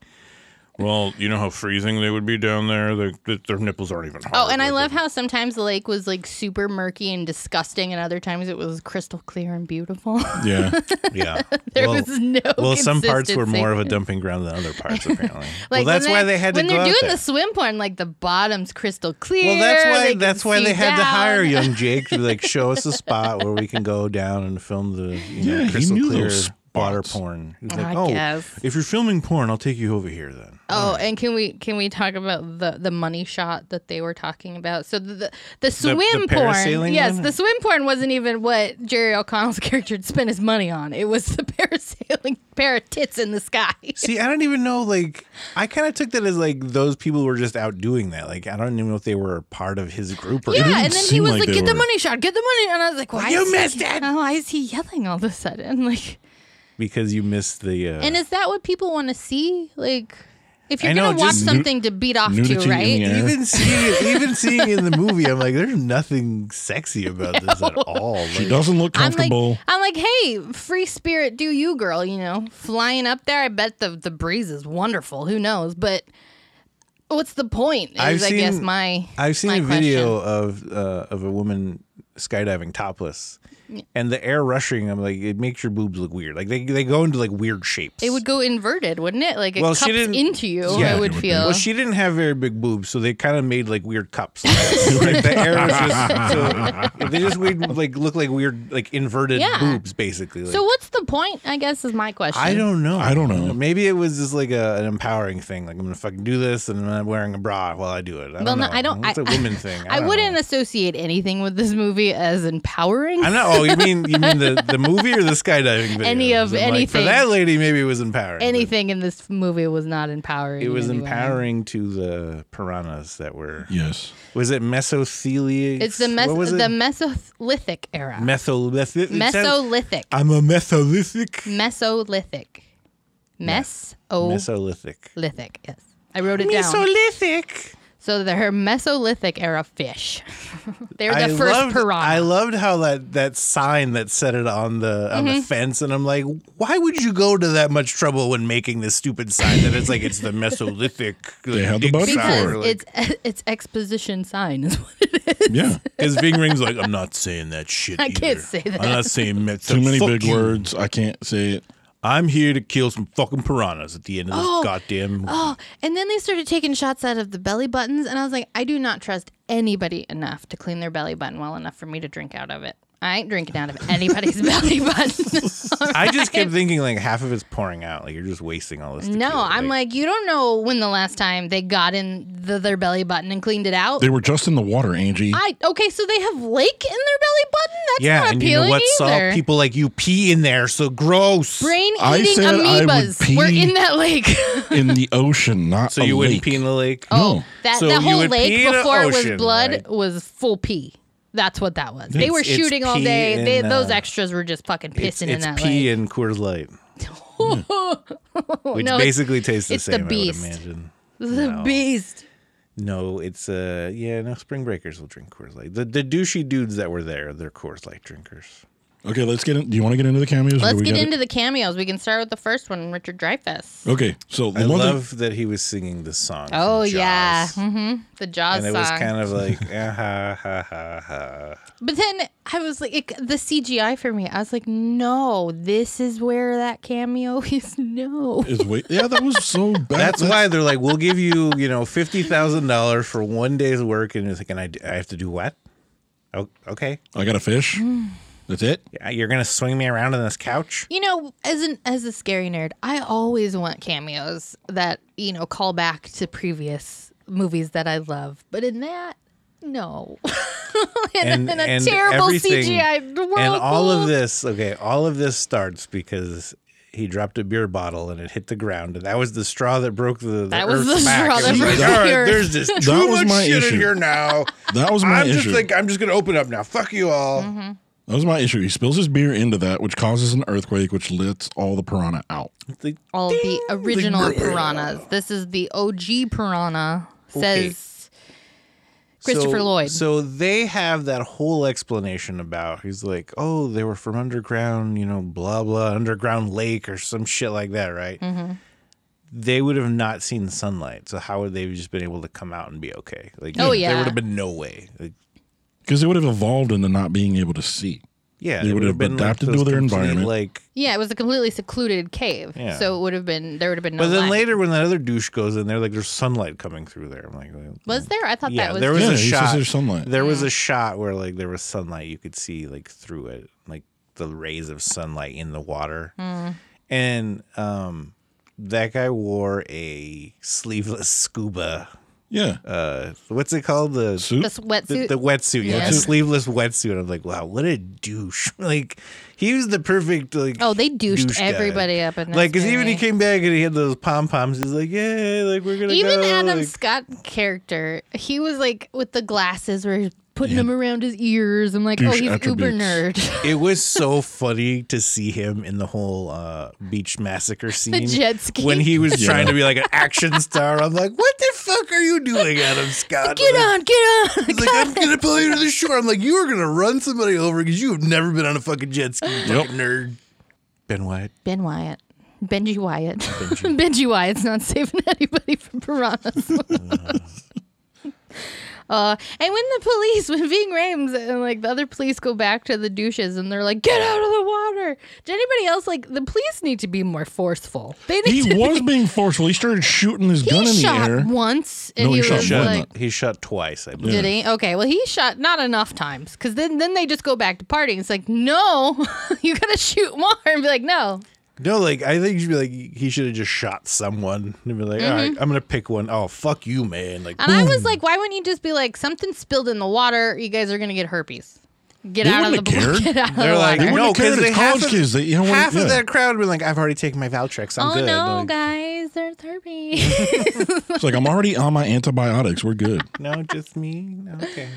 Speaker 1: well, you know how freezing they would be down there. Their, their nipples aren't even. Hard.
Speaker 3: Oh, and I
Speaker 1: Like,
Speaker 3: love how sometimes the lake was like super murky and disgusting, and other times it was crystal clear and beautiful.
Speaker 2: yeah,
Speaker 1: Yeah,
Speaker 3: there
Speaker 1: well,
Speaker 3: was no.
Speaker 1: well, some parts were more
Speaker 3: consistency.
Speaker 1: of a dumping ground than other parts, apparently. well,
Speaker 3: Like,
Speaker 1: that's
Speaker 3: when
Speaker 1: why they had to
Speaker 3: when
Speaker 1: go
Speaker 3: they're
Speaker 1: out
Speaker 3: doing
Speaker 1: there.
Speaker 3: the swim porn, like the bottom's crystal clear.
Speaker 1: well, that's why
Speaker 3: they can
Speaker 1: that's why
Speaker 3: see
Speaker 1: they had to
Speaker 3: down.
Speaker 1: hire young Jake to like show us a spot where we can go down and film the you know,
Speaker 2: Yeah, he
Speaker 1: crystal
Speaker 2: knew
Speaker 1: clear
Speaker 2: those
Speaker 1: water
Speaker 2: spots.
Speaker 1: porn. He's
Speaker 3: I
Speaker 1: like, oh,
Speaker 3: guess.
Speaker 1: if you're filming porn, I'll take you over here then.
Speaker 3: Oh, and can we can we talk about the the money shot that they were talking about? So the the, the swim
Speaker 1: the
Speaker 3: porn,
Speaker 1: parasailing
Speaker 3: yes,
Speaker 1: one?
Speaker 3: the swim porn wasn't even what Jerry O'Connell's character had spent his money on. It was the parasailing pair of tits in the sky.
Speaker 1: See, I don't even know. Like, I kind of took that as like those people were just out doing that. Like, I don't even know if they were a part of his group or
Speaker 3: Yeah,
Speaker 2: didn't
Speaker 3: and then he
Speaker 2: seem
Speaker 3: was
Speaker 2: like
Speaker 3: like,
Speaker 2: they
Speaker 3: "Get the
Speaker 2: were."
Speaker 3: money shot, get the money," and I was like, "Why?
Speaker 1: You
Speaker 3: is
Speaker 1: missed
Speaker 3: he,
Speaker 1: it!"
Speaker 3: Oh, why is he yelling all of a sudden? Like,
Speaker 1: because you missed the. Uh,
Speaker 3: and is that what people want to see? Like, If
Speaker 1: I
Speaker 3: you're
Speaker 1: know,
Speaker 3: gonna watch
Speaker 1: just
Speaker 2: nu-
Speaker 3: something to beat off to,
Speaker 2: nudity in
Speaker 3: right?
Speaker 2: the air.
Speaker 1: Even seeing even seeing in the movie, I'm like, there's nothing sexy about this at all.
Speaker 2: She
Speaker 1: Like,
Speaker 2: doesn't look
Speaker 3: I'm like,
Speaker 2: comfortable.
Speaker 3: I'm like, hey, free spirit, do you, girl? You know, flying up there. I bet the the breeze is wonderful. Who knows? But what's the point? Is
Speaker 1: I've
Speaker 3: I guess
Speaker 1: seen-
Speaker 3: my
Speaker 1: I've seen
Speaker 3: my
Speaker 1: a video of uh, of a woman skydiving topless, and the air rushing. I'm like, it makes your boobs look weird. Like they they go into like weird shapes.
Speaker 3: It would go inverted, wouldn't it? Like it
Speaker 1: Well,
Speaker 3: cups
Speaker 1: she didn't-
Speaker 3: into you.
Speaker 1: Yeah,
Speaker 3: I would
Speaker 2: it would be.
Speaker 3: feel.
Speaker 1: Well, she didn't have very big boobs, so they kind of made like weird cups. Like, the air was just so, they just weird, like look like weird like inverted
Speaker 3: Yeah.
Speaker 1: boobs basically. Like,
Speaker 3: so what's the point? I guess is my question.
Speaker 1: I don't know.
Speaker 2: I don't know.
Speaker 1: Maybe it was just like a, an empowering thing. Like I'm gonna fucking do this, and I'm wearing a bra while I do it. I
Speaker 3: Well,
Speaker 1: don't
Speaker 3: no,
Speaker 1: know.
Speaker 3: I don't.
Speaker 1: It's a
Speaker 3: I,
Speaker 1: woman thing. I,
Speaker 3: I,
Speaker 1: don't
Speaker 3: wouldn't
Speaker 1: know.
Speaker 3: associate anything with this movie as empowering.
Speaker 1: I'm not. Oh, you mean you mean the, the movie or the skydiving video?
Speaker 3: Any of
Speaker 1: I'm like, for
Speaker 3: anything.
Speaker 1: that lady, maybe it was empowering. but
Speaker 3: Anything in this movie was not empowering.
Speaker 1: It
Speaker 3: in
Speaker 1: was
Speaker 3: any way.
Speaker 1: empowering to the piranhas that were.
Speaker 2: yes.
Speaker 1: Was it mesotheliacs?
Speaker 3: It's the mes-
Speaker 1: What was
Speaker 3: the
Speaker 1: it?
Speaker 3: Mesolithic era.
Speaker 1: Metholithic. it sounds- Uh,
Speaker 3: Mesolithic.
Speaker 1: I'm a metholithic.
Speaker 3: Mesolithic. Mesolithic.
Speaker 1: Mesolithic.
Speaker 3: Yes. I wrote it down.
Speaker 1: Mesolithic.
Speaker 3: So they're Mesolithic era fish. they're the
Speaker 1: I
Speaker 3: first
Speaker 1: loved,
Speaker 3: piranha.
Speaker 1: I loved how that that sign that said it on the on
Speaker 3: Mm-hmm.
Speaker 1: the fence, and I'm like, why would you go to that much trouble when making this stupid sign that it's like it's the Mesolithic?
Speaker 2: They had the budget
Speaker 3: because
Speaker 2: for it.
Speaker 1: Like,
Speaker 3: it's it's exposition sign is what
Speaker 2: Yeah.
Speaker 1: Because Ving Ring's like, I'm not saying that shit.
Speaker 3: I can't
Speaker 1: either.
Speaker 3: say that."
Speaker 1: I'm not saying met-
Speaker 2: Too many
Speaker 1: fuck
Speaker 2: big
Speaker 1: you.
Speaker 2: words. I can't say it.
Speaker 1: I'm here to kill some fucking piranhas at the end of this goddamn.
Speaker 3: Oh, and then they started taking shots out of the belly buttons, and I was like, I do not trust anybody enough to clean their belly button well enough for me to drink out of it. I ain't drinking out of anybody's belly button.
Speaker 1: I just kept thinking like half of it's pouring out. Like you're just wasting all this.
Speaker 3: no,
Speaker 1: tequila.
Speaker 3: I'm like, you don't know when the last time they got in the, their belly button and cleaned it out.
Speaker 2: They were just in the water, Angie.
Speaker 3: I okay, so they have lake in their belly button. That's
Speaker 1: yeah,
Speaker 3: not
Speaker 1: and you know
Speaker 3: appealing
Speaker 1: what?
Speaker 3: either.
Speaker 1: Saw people like you pee in there, so gross.
Speaker 3: Brain
Speaker 2: I
Speaker 3: eating
Speaker 2: said I would
Speaker 3: amoebas were
Speaker 2: pee.
Speaker 3: in that lake.
Speaker 2: in the ocean, not
Speaker 1: so
Speaker 2: a
Speaker 1: you wouldn't
Speaker 2: lake.
Speaker 1: pee in the lake.
Speaker 3: Oh,
Speaker 2: No.
Speaker 3: That
Speaker 1: So
Speaker 3: the
Speaker 1: you
Speaker 3: whole
Speaker 1: would pee
Speaker 3: lake
Speaker 1: in a
Speaker 3: before it
Speaker 1: ocean,
Speaker 3: was blood
Speaker 1: right?
Speaker 3: was full pee. That's what that was. they
Speaker 1: It's-
Speaker 3: were
Speaker 1: it's
Speaker 3: shooting all
Speaker 1: pee
Speaker 3: day. They,
Speaker 1: in,
Speaker 3: those
Speaker 1: uh,
Speaker 3: extras were just fucking pissing
Speaker 1: It's,
Speaker 3: in
Speaker 1: it's
Speaker 3: that
Speaker 1: pee
Speaker 3: lake.
Speaker 1: and Coors Light, Hmm. which
Speaker 3: no, it's,
Speaker 1: basically tastes the
Speaker 3: it's the
Speaker 1: same.
Speaker 3: beast.
Speaker 1: I would imagine.
Speaker 3: the beast.
Speaker 1: No, it's uh yeah no. Spring breakers will drink Coors Light. The the douchey dudes that were there, they're Coors Light drinkers.
Speaker 2: Okay, let's get in. Do you want to get into the cameos? or do
Speaker 3: Let's
Speaker 2: we
Speaker 3: get
Speaker 2: got it?
Speaker 3: into the cameos. We can start with the first one, Richard Dreyfuss.
Speaker 2: Okay, so the
Speaker 1: I
Speaker 2: one thing-
Speaker 1: love that he was singing this song. from
Speaker 3: Oh yeah,
Speaker 1: Jaws.
Speaker 3: hmm the Jaws
Speaker 1: and it
Speaker 3: song.
Speaker 1: was kind of like ah, ha ha ha ha.
Speaker 3: But then I was like, it, the CGI for me. I was like, no, this is where that cameo is. No,
Speaker 2: is wait. Yeah, that was so bad.
Speaker 1: That's
Speaker 2: That-
Speaker 1: why they're like, we'll give you you know fifty thousand dollars for one day's work, and it's like, and I I have to do what? Oh, okay,
Speaker 2: I got a fish. That's it.
Speaker 1: Yeah, you're gonna swing me around on this couch.
Speaker 3: You know, as an as a scary nerd, I always want cameos that you know call back to previous movies that I love. But in that, no, in,
Speaker 1: and,
Speaker 3: a, in a
Speaker 1: and
Speaker 3: terrible
Speaker 1: everything-
Speaker 3: CGI world,
Speaker 1: And all of this, okay, all of this starts because he dropped a beer bottle and it hit the ground, and that was the straw that broke the. the
Speaker 3: That was
Speaker 1: earth's
Speaker 3: the
Speaker 1: back.
Speaker 3: straw
Speaker 1: It
Speaker 3: that
Speaker 1: was
Speaker 3: broke
Speaker 1: like,
Speaker 3: the
Speaker 1: All right,
Speaker 3: earth."
Speaker 1: there's just too
Speaker 2: That was
Speaker 1: much
Speaker 2: my
Speaker 1: shit
Speaker 2: issue.
Speaker 1: in here now.
Speaker 2: That was my
Speaker 1: I'm
Speaker 2: issue.
Speaker 1: just like, I'm just gonna open up now. Fuck you all.
Speaker 3: Mm-hmm.
Speaker 2: that was my issue. He spills his beer into that, which causes an earthquake, which lets all the piranha out.
Speaker 1: Like,
Speaker 3: all the original piranhas. This is the OG piranha.
Speaker 1: Okay.
Speaker 3: Says Christopher
Speaker 1: so,
Speaker 3: Lloyd.
Speaker 1: So they have that whole explanation about he's like, oh, they were from underground, you know, blah blah, underground lake or some shit like that, right?
Speaker 3: Mm-hmm.
Speaker 1: They would have not seen sunlight, so how would they have just been able to come out and be okay? Like,
Speaker 3: Oh,
Speaker 1: there
Speaker 3: yeah.
Speaker 1: would have been no way. Like,
Speaker 2: Because they would have evolved into not being able to see.
Speaker 1: yeah,
Speaker 2: They
Speaker 1: it
Speaker 2: would have adapted to
Speaker 1: those
Speaker 2: their
Speaker 1: complete,
Speaker 2: environment.
Speaker 1: Like,
Speaker 3: yeah, it was a completely secluded cave,
Speaker 1: Yeah.
Speaker 3: so it would have been there would have been. No
Speaker 1: but then
Speaker 3: light.
Speaker 1: later when that other douche goes in there, like there's sunlight coming through there. I'm like, well,
Speaker 3: was there? I thought
Speaker 1: yeah,
Speaker 3: that was
Speaker 1: there was
Speaker 2: Yeah,
Speaker 1: a
Speaker 2: he says
Speaker 1: shot.
Speaker 2: there's sunlight.
Speaker 1: There was a shot where like there was sunlight you could see like through it, like the rays of sunlight in the water.
Speaker 3: Mm.
Speaker 1: And um that guy wore a sleeveless scuba.
Speaker 2: Yeah.
Speaker 1: Uh what's it called? The
Speaker 2: Suit?
Speaker 3: the sweatsuit.
Speaker 1: the, the wetsuit, yeah,
Speaker 3: Yeah.
Speaker 1: the sleeveless wetsuit. I'm like, wow, what a douche! Like, he was the perfect like.
Speaker 3: Oh, they douched
Speaker 1: douche guy.
Speaker 3: everybody up in this
Speaker 1: Like, 'cause even he
Speaker 3: movie.
Speaker 1: came back and he had those pom poms. He's like, yeah, like we're gonna
Speaker 3: Even
Speaker 1: go,
Speaker 3: Adam
Speaker 1: like-
Speaker 3: Scott character, he was like with the glasses where his putting him around his ears. I'm like, oh,
Speaker 2: douche
Speaker 3: he's uber
Speaker 2: attributes.
Speaker 3: nerd.
Speaker 1: It was so funny to see him in the whole uh, beach massacre scene.
Speaker 3: jet ski.
Speaker 1: When he was
Speaker 2: Yeah.
Speaker 1: trying to be like an action star. I'm like, what the fuck are you doing, Adam Scott?
Speaker 3: get on, get on.
Speaker 1: He's like, I'm going to pull you to the shore. I'm like, you are going to run somebody over because you have never been on a fucking jet ski, you
Speaker 2: Yep.
Speaker 1: fucking nerd. Ben Wyatt.
Speaker 3: Ben Wyatt. Benji Wyatt. Benji. Wyatt's not saving anybody from piranhas. uh, and when the police, when Ving Rhames and like the other police go back to the douches and they're like, get out of the water. Did anybody else like the police need to be more forceful? They need
Speaker 2: He
Speaker 3: to
Speaker 2: was
Speaker 3: be,
Speaker 2: being forceful. He started shooting his gun
Speaker 3: he
Speaker 2: in
Speaker 3: shot
Speaker 2: the air.
Speaker 3: once and
Speaker 2: No,
Speaker 3: he,
Speaker 2: he shot
Speaker 3: was
Speaker 2: one.
Speaker 3: like,
Speaker 1: He shot twice, I believe.
Speaker 3: did he? Okay. Well, he shot not enough times because then, then they just go back to partying. It's like, no, you got to shoot more and be like, no,
Speaker 1: No, like, I think you should be like, he should have just shot someone and be like, "All right, I'm going to pick one. Oh, fuck you, man. Like,
Speaker 3: Mm-hmm. And I was like, why wouldn't you just be like, something spilled in the water? You guys are gonna get herpes. Get
Speaker 2: They
Speaker 3: out of the
Speaker 2: wouldn't have cared.
Speaker 3: get out of
Speaker 1: They're
Speaker 3: the
Speaker 1: like,
Speaker 3: water.
Speaker 2: wouldn't
Speaker 1: no,
Speaker 2: have cared.
Speaker 1: because they
Speaker 2: It's
Speaker 1: half
Speaker 2: college
Speaker 1: of,
Speaker 2: kids. They- you know what-
Speaker 1: half
Speaker 2: yeah.
Speaker 1: of that crowd were like, I've already taken my Valtrex. I'm
Speaker 3: oh
Speaker 1: good.
Speaker 3: no,
Speaker 1: Like,
Speaker 3: guys, there's herpes.
Speaker 2: It's like I'm already on my antibiotics. We're good.
Speaker 1: No, just me. Okay.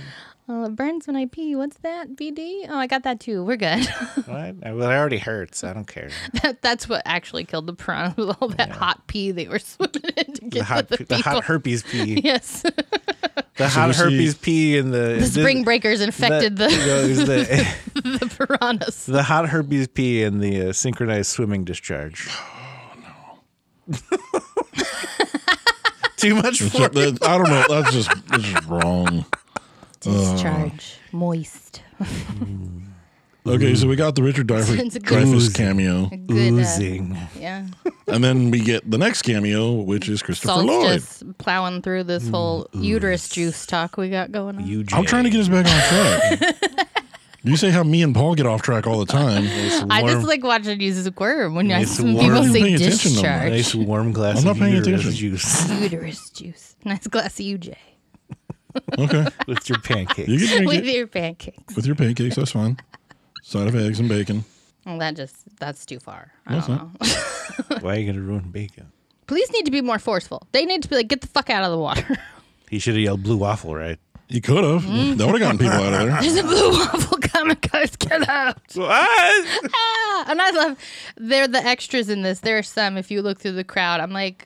Speaker 3: well, it burns when I pee. What's that? BD? Oh, I got that too. We're good.
Speaker 1: What? Well, it already hurts. I don't care.
Speaker 3: that, that's what actually killed the piranha with all that hot pee they were swimming in to
Speaker 1: The
Speaker 3: get
Speaker 1: hot,
Speaker 3: to
Speaker 1: the
Speaker 3: the people.
Speaker 1: hot herpes pee.
Speaker 3: yes,
Speaker 1: The hot
Speaker 2: we see-
Speaker 1: herpes pee and the,
Speaker 3: the spring breakers infected
Speaker 1: that- you know,
Speaker 3: the,
Speaker 1: is the,
Speaker 3: the piranhas.
Speaker 1: the hot herpes pee and the uh, synchronized swimming discharge. Oh no! Too much
Speaker 2: It's
Speaker 1: for
Speaker 2: like, that- I don't know. That's just that's just wrong.
Speaker 3: Discharge, Oh. moist.
Speaker 2: Okay, so we got the Richard Dreyfuss,
Speaker 3: Mm. It's a good-
Speaker 2: Dreyfuss cameo,
Speaker 3: Good. Uh,
Speaker 1: oozing.
Speaker 3: yeah.
Speaker 2: and then we get the next cameo, which is Christopher
Speaker 3: Saul's
Speaker 2: Lloyd.
Speaker 3: just plowing through this
Speaker 1: Mm,
Speaker 3: whole uterus juice talk we got going on.
Speaker 1: UJ.
Speaker 2: I'm trying to get us back on track. you say how me and Paul get off track all the time.
Speaker 3: I
Speaker 1: warm-
Speaker 3: just like watching you squirm when I
Speaker 1: It's
Speaker 3: when people
Speaker 1: warm.
Speaker 2: You're
Speaker 3: say
Speaker 2: paying attention to
Speaker 3: discharge.
Speaker 1: nice warm glass.
Speaker 2: I'm not
Speaker 1: of
Speaker 2: paying
Speaker 1: uterus
Speaker 2: attention.
Speaker 1: Juice
Speaker 3: Uterus juice. Nice glass of UJ
Speaker 2: Okay,
Speaker 1: with your pancakes.
Speaker 2: you can drink
Speaker 3: with
Speaker 2: it
Speaker 3: your pancakes.
Speaker 2: with your pancakes. That's fine. Side of eggs and bacon.
Speaker 3: Well, that just that's too far. I
Speaker 2: That's
Speaker 3: don't
Speaker 2: not-
Speaker 3: know.
Speaker 1: Why are you gonna ruin bacon?
Speaker 3: Police need to be more forceful. They need to be like, get the fuck out of the water.
Speaker 1: He should have yelled blue waffle, right?
Speaker 2: You could have.
Speaker 3: Mm.
Speaker 2: That would have gotten people out of there.
Speaker 3: There's a blue waffle coming, guys. Get out. Ah! And I love they're the extras in this. There are some. If you look through the crowd, I'm like,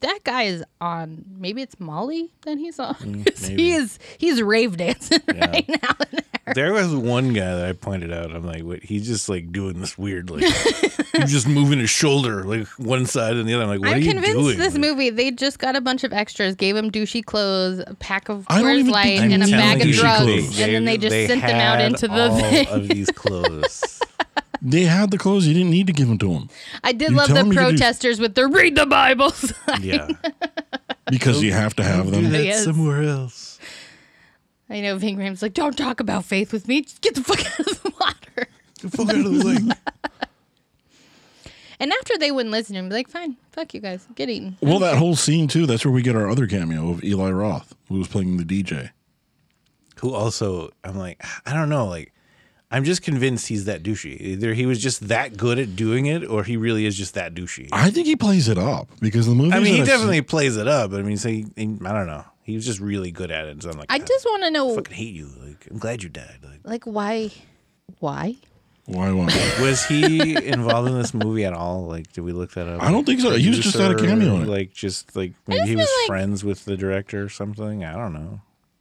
Speaker 3: that guy is on. Maybe it's Molly that he's on.
Speaker 2: Mm,
Speaker 3: 'Cause
Speaker 1: maybe.
Speaker 3: he is. He's rave dancing right now.
Speaker 1: There was one guy that I pointed out. I'm like, what? He's just like doing this weird, like he's just moving his shoulder like one side and the other. I'm like, what
Speaker 3: I'm
Speaker 1: are you
Speaker 3: convinced
Speaker 1: doing?
Speaker 3: this
Speaker 1: Like,
Speaker 3: movie they just got a bunch of extras, gave him douchey clothes, a pack of
Speaker 2: I don't
Speaker 3: Coors
Speaker 2: even
Speaker 3: Light,
Speaker 2: think
Speaker 1: I'm
Speaker 3: and a
Speaker 2: they
Speaker 3: bag
Speaker 2: had
Speaker 3: of
Speaker 1: telling you,
Speaker 3: drugs,
Speaker 2: clothes.
Speaker 3: and then they just sent them out
Speaker 1: had
Speaker 3: into the
Speaker 1: all
Speaker 3: thing.
Speaker 1: of these clothes.
Speaker 2: They had the clothes. You didn't need to give them to them
Speaker 3: I did
Speaker 2: You
Speaker 3: love
Speaker 2: tell
Speaker 3: the
Speaker 2: me to do-
Speaker 3: protesters with their read the Bibles.
Speaker 1: yeah,
Speaker 2: because you have to have
Speaker 1: do
Speaker 2: them.
Speaker 1: that
Speaker 3: Yes.
Speaker 1: somewhere else.
Speaker 3: I know Ving Rhames like, don't talk about faith with me. Just get the fuck out of the water.
Speaker 1: The fuck out of the lake.
Speaker 3: And after they wouldn't listen to him, be like, fine, fuck you guys, get eaten.
Speaker 2: Well, that whole scene too. That's where we get our other cameo of Eli Roth, who was playing the DJ.
Speaker 1: Who also? I'm like, I don't know. Like, I'm just convinced he's that douchey. Either he was just that good at doing it, or he really is just that douchey.
Speaker 2: I think he plays it up because the movie.
Speaker 1: I mean, he definitely plays it up. but I mean, so he, he- I don't know. He was just really good at it. So I'm like,
Speaker 3: I just want to know,
Speaker 1: fucking hate you. Like, I'm glad you died. Like,
Speaker 3: like, why, why?
Speaker 2: Why? Why?
Speaker 1: was he involved in this movie at all? Like, did we look that up?
Speaker 2: I don't think so. He was just at a
Speaker 1: Producer,
Speaker 2: cameo in it.
Speaker 1: Like, just like maybe he
Speaker 3: feel
Speaker 1: was
Speaker 3: like-
Speaker 1: friends with the director or something. I don't know.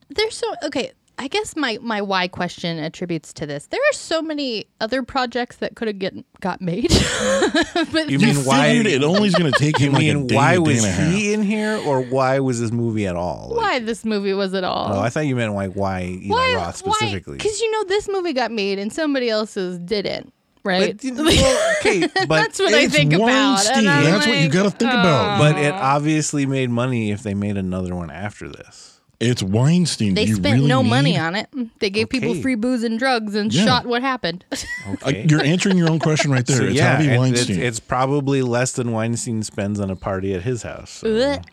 Speaker 3: There's so okay. I guess my my why question attributes to this. There are so many other projects that could have get got made, but
Speaker 1: You mean why?
Speaker 2: Figured it only's going to take
Speaker 1: you
Speaker 2: him like a
Speaker 1: mean
Speaker 2: day,
Speaker 1: why
Speaker 2: day
Speaker 1: was
Speaker 2: and a half.
Speaker 1: he in here, or why was this movie at all? Like,
Speaker 3: why this movie was at all?
Speaker 1: oh, I thought you meant like why Eli Roth specifically.
Speaker 3: Because you know this movie got made and somebody else's didn't, right?
Speaker 1: But, well, okay, but
Speaker 3: That's what I
Speaker 1: it's
Speaker 3: think about.
Speaker 2: Weinstein.
Speaker 3: And I'm
Speaker 2: That's what you
Speaker 3: like, uh,
Speaker 2: gotta think about.
Speaker 1: But it obviously made money if they made another one after this.
Speaker 2: It's Weinstein.
Speaker 3: They
Speaker 2: Do you
Speaker 3: spent
Speaker 2: really
Speaker 3: no money
Speaker 2: need- Uh,
Speaker 3: on it. They gave people
Speaker 1: Okay. Oh.
Speaker 3: free booze and drugs and
Speaker 2: Yeah.
Speaker 3: shot what happened.
Speaker 2: Uh, you're answering your own question right there.
Speaker 1: So,
Speaker 2: it's
Speaker 1: yeah,
Speaker 2: Harvey
Speaker 1: and it's,
Speaker 2: Weinstein.
Speaker 1: it's probably less than Weinstein spends on a party at his house. So
Speaker 3: Ugh.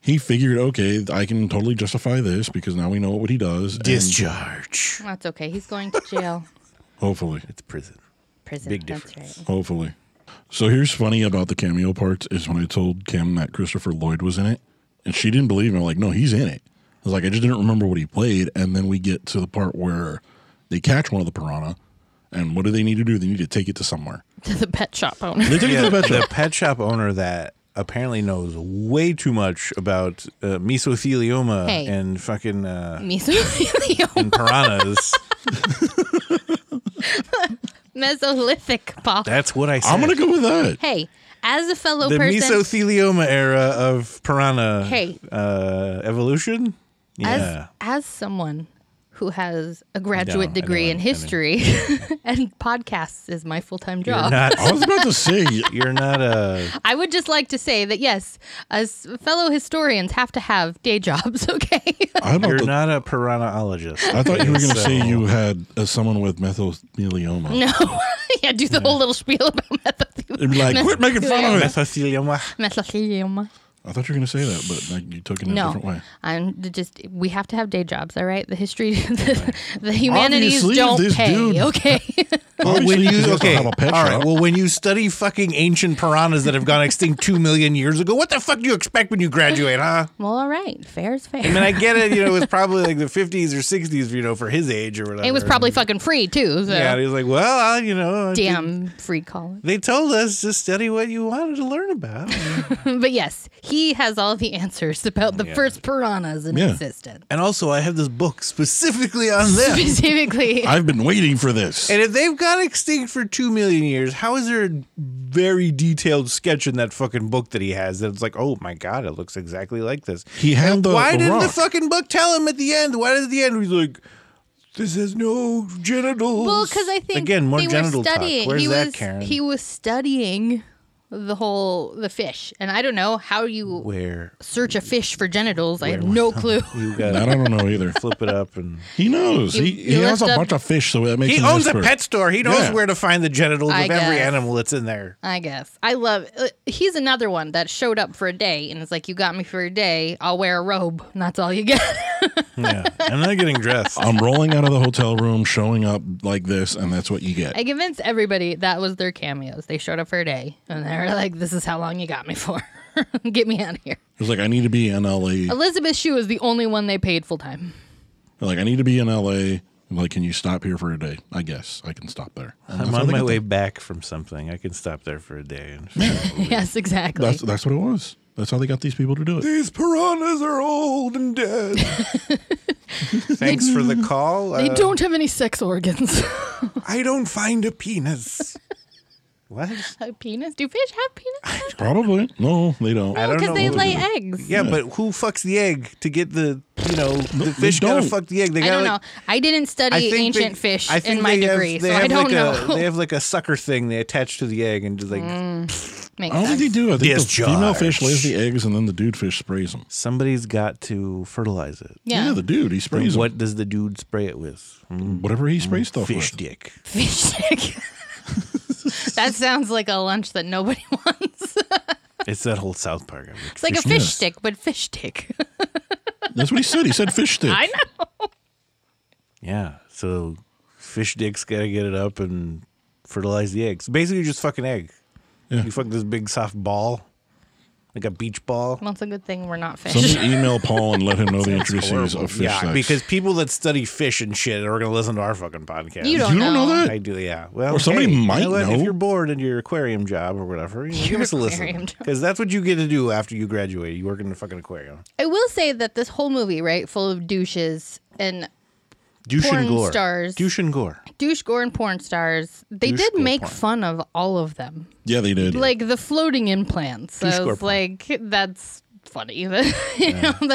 Speaker 2: he figured, okay, I can totally justify this because now we know what he does. and
Speaker 1: Discharge.
Speaker 3: That's okay. He's going to jail.
Speaker 2: Hopefully,
Speaker 1: It's prison.
Speaker 3: Prison.
Speaker 1: Big
Speaker 3: That's
Speaker 1: difference.
Speaker 3: right.
Speaker 2: hopefully. So here's funny about the cameo parts is when I told Kim that Christopher Lloyd was in it, and she didn't believe me. I'm like, no, he's in it. was like, I just didn't remember what he played. And then we get to the part where they catch one of the piranha. And what do they need to do? They need to take it to somewhere.
Speaker 3: to the pet shop owner.
Speaker 2: They take it to the pet shop.
Speaker 1: the pet shop owner that apparently knows way too much about uh, mesothelioma
Speaker 3: Hey.
Speaker 1: and fucking uh,
Speaker 3: Mesothelioma.
Speaker 1: and piranhas.
Speaker 3: Mesolithic, Paul.
Speaker 1: That's what I said.
Speaker 2: I'm going to go with that.
Speaker 3: hey, as a fellow
Speaker 1: the
Speaker 3: person,
Speaker 1: mesothelioma era of piranha
Speaker 3: Hey.
Speaker 1: uh, evolution.
Speaker 3: as,
Speaker 1: Yeah,
Speaker 3: as someone who has a
Speaker 1: No, I
Speaker 3: graduate
Speaker 1: know
Speaker 3: degree
Speaker 1: what-
Speaker 3: in
Speaker 1: I mean-
Speaker 3: history and podcasts is my full-time
Speaker 1: you're
Speaker 3: job.
Speaker 1: not.
Speaker 2: I was about to say,
Speaker 1: You're not a.
Speaker 3: I would just like to say that yes, us fellow historians have to have day jobs, okay?
Speaker 2: I, about
Speaker 1: You're
Speaker 2: to-
Speaker 1: not a piranhaologist.
Speaker 2: I thought you were going to
Speaker 1: So-
Speaker 2: say you had uh, someone with mesothelioma.
Speaker 3: no. yeah, do the whole little spiel about
Speaker 2: It'd be like, quit making fun of it.
Speaker 1: mesothelioma.
Speaker 3: mesothelioma.
Speaker 2: I thought you were going to say that, but like, you took it in a different
Speaker 3: No,
Speaker 2: way.
Speaker 3: I'm just. We have to have day jobs, all right? The history, the, the humanities
Speaker 2: Obviously,
Speaker 3: don't
Speaker 2: this
Speaker 3: pay,
Speaker 2: dude-
Speaker 3: okay?
Speaker 1: Well, when
Speaker 2: Obviously,
Speaker 1: you
Speaker 2: doesn't
Speaker 1: okay,
Speaker 2: have a pet
Speaker 1: all right.
Speaker 2: shop.
Speaker 1: Well, when you study fucking ancient piranhas that have gone extinct two million years ago, what the fuck do you expect when you graduate, huh?
Speaker 3: well, all right, fair's fair.
Speaker 1: I mean, I get it. You know, it was probably like the fifties or sixties. You know, for his age or whatever.
Speaker 3: it was probably fucking free too. So.
Speaker 1: Yeah, and he's like, well, I, you know, I did-
Speaker 3: Damn free college.
Speaker 1: They told us to study what you wanted to learn about,
Speaker 3: But yes, he has all the answers about the first piranhas in
Speaker 2: Yeah.
Speaker 3: existence.
Speaker 1: and also I have this book specifically on them.
Speaker 3: Specifically,
Speaker 2: I've been waiting for this.
Speaker 1: And if they've gone extinct for two million years, how is there a very detailed sketch in that fucking book that he has that it's like, oh my god, it looks exactly like this?
Speaker 2: He had
Speaker 1: And
Speaker 2: the-
Speaker 1: why
Speaker 2: the
Speaker 1: didn't the
Speaker 2: rock.
Speaker 1: fucking book tell him at the end? Why did the end he's like, this has no genitals?
Speaker 3: Well, because I think
Speaker 1: again more
Speaker 3: they
Speaker 1: genital
Speaker 3: were studying.
Speaker 1: talk. Where's
Speaker 3: he
Speaker 1: that,
Speaker 3: was,
Speaker 1: Karen?
Speaker 3: He was studying the whole the fish, and I don't know how you
Speaker 1: Where
Speaker 3: search a fish for genitals. I have no clue.
Speaker 1: you
Speaker 2: I
Speaker 1: got
Speaker 2: don't know either.
Speaker 1: flip it up and.
Speaker 2: He knows. He, he,
Speaker 3: you
Speaker 2: has a
Speaker 3: lift up-
Speaker 2: bunch of fish, so that makes
Speaker 1: He
Speaker 2: him
Speaker 1: owns
Speaker 2: an
Speaker 1: a
Speaker 2: expert.
Speaker 1: pet store. He knows
Speaker 2: Yeah.
Speaker 1: where to find the genitals
Speaker 3: I
Speaker 1: of every
Speaker 3: guess.
Speaker 1: animal that's in there.
Speaker 3: I guess I love. Uh, he's another one that showed up for a day, and it's like you got me for a day. I'll wear a robe. and That's all you get.
Speaker 1: Yeah, I'm not getting dressed.
Speaker 2: I'm rolling out of the hotel room, showing up like this, and that's what you get.
Speaker 3: I convinced everybody that was their cameos. They showed up for a day, and they were like, "This is how long you got me for. get me out of here."
Speaker 2: It's like I need to be in LA.
Speaker 3: Elizabeth Shue is the only one they paid full time.
Speaker 2: Like I need to be in LA. I'm like, can you stop here for a day? I guess I can stop there. And
Speaker 1: I'm
Speaker 2: that's
Speaker 1: on
Speaker 2: what I
Speaker 1: my
Speaker 2: got
Speaker 1: way
Speaker 2: done.
Speaker 1: back from something. I can stop there for a day. And
Speaker 3: yes, exactly.
Speaker 2: That's that's what it was. That's how they got these people to do it.
Speaker 1: These piranhas are old and dead. Thanks for the call.
Speaker 3: They
Speaker 1: Uh,
Speaker 3: don't have any sex organs.
Speaker 1: I don't find a penis. what?
Speaker 3: a penis? Do fish have penis?
Speaker 2: Probably no, they don't.
Speaker 1: I don't know
Speaker 3: Because they
Speaker 1: what
Speaker 3: lay
Speaker 1: it
Speaker 3: eggs.
Speaker 1: Yeah, but who fucks the egg to get the you know the fish
Speaker 2: they
Speaker 1: gotta
Speaker 2: don't.
Speaker 1: fuck the egg? They
Speaker 3: I
Speaker 1: gotta
Speaker 3: don't
Speaker 1: like,
Speaker 3: know. I didn't
Speaker 1: I
Speaker 3: study
Speaker 1: think they-
Speaker 3: ancient fish
Speaker 1: I think
Speaker 3: in my
Speaker 1: they have-
Speaker 3: degree,
Speaker 1: they
Speaker 3: so
Speaker 1: have
Speaker 3: I don't
Speaker 1: like
Speaker 3: know. Mm.
Speaker 1: A, they have like a sucker thing they attach to the egg and just like
Speaker 3: Makes
Speaker 2: I don't think
Speaker 3: sense.
Speaker 2: they do. I think
Speaker 1: Discharge.
Speaker 2: the female fish lays the eggs, and then the dude fish sprays them.
Speaker 1: somebody's got to fertilize it.
Speaker 3: yeah.
Speaker 2: the dude he
Speaker 1: And
Speaker 2: sprays them.
Speaker 1: what does the dude spray it with?
Speaker 2: Whatever he sprays stuff
Speaker 1: Fish
Speaker 2: with.
Speaker 1: dick.
Speaker 3: fish stick. that sounds like a lunch that nobody wants.
Speaker 1: It's that whole South Park. I'm
Speaker 3: It's like
Speaker 2: Fish
Speaker 3: a fish
Speaker 2: mess.
Speaker 3: stick, but fish stick.
Speaker 2: That's what he said. He said fish stick.
Speaker 3: I know.
Speaker 1: Yeah. So fish dicks gotta get it up and fertilize the eggs. Basically, you're just fucking egg.
Speaker 2: Yeah.
Speaker 1: You fuck this big soft ball, like a beach ball.
Speaker 3: Well, it's a good thing we're not fish.
Speaker 2: Somebody email Paul and let him know the intricacies of fish
Speaker 1: yeah,
Speaker 2: sex.
Speaker 1: because people that study fish and shit are gonna listen to our fucking podcast.
Speaker 3: you don't,
Speaker 2: you don't know that.
Speaker 1: I do, yeah. Well,
Speaker 2: Or somebody
Speaker 1: hey, you
Speaker 2: might
Speaker 1: what? If
Speaker 2: know.
Speaker 1: you're bored in your aquarium job or whatever, you know, give us a listen
Speaker 3: aquarium job.
Speaker 1: because that's what you get to do after you graduate. You work in a fucking aquarium.
Speaker 3: I will say that this whole movie, right, full of douches and
Speaker 1: Douche and
Speaker 3: Porn
Speaker 1: gore.
Speaker 3: stars.
Speaker 1: Douche and gore.
Speaker 3: douche gore and porn stars, they
Speaker 1: Douche
Speaker 3: did
Speaker 1: gore
Speaker 3: make
Speaker 1: porn.
Speaker 3: fun of all of them.
Speaker 2: yeah, they did.
Speaker 3: like the floating implants.
Speaker 1: Douche
Speaker 3: I
Speaker 1: gore
Speaker 3: was
Speaker 1: porn.
Speaker 3: like, that's funny. you know, that's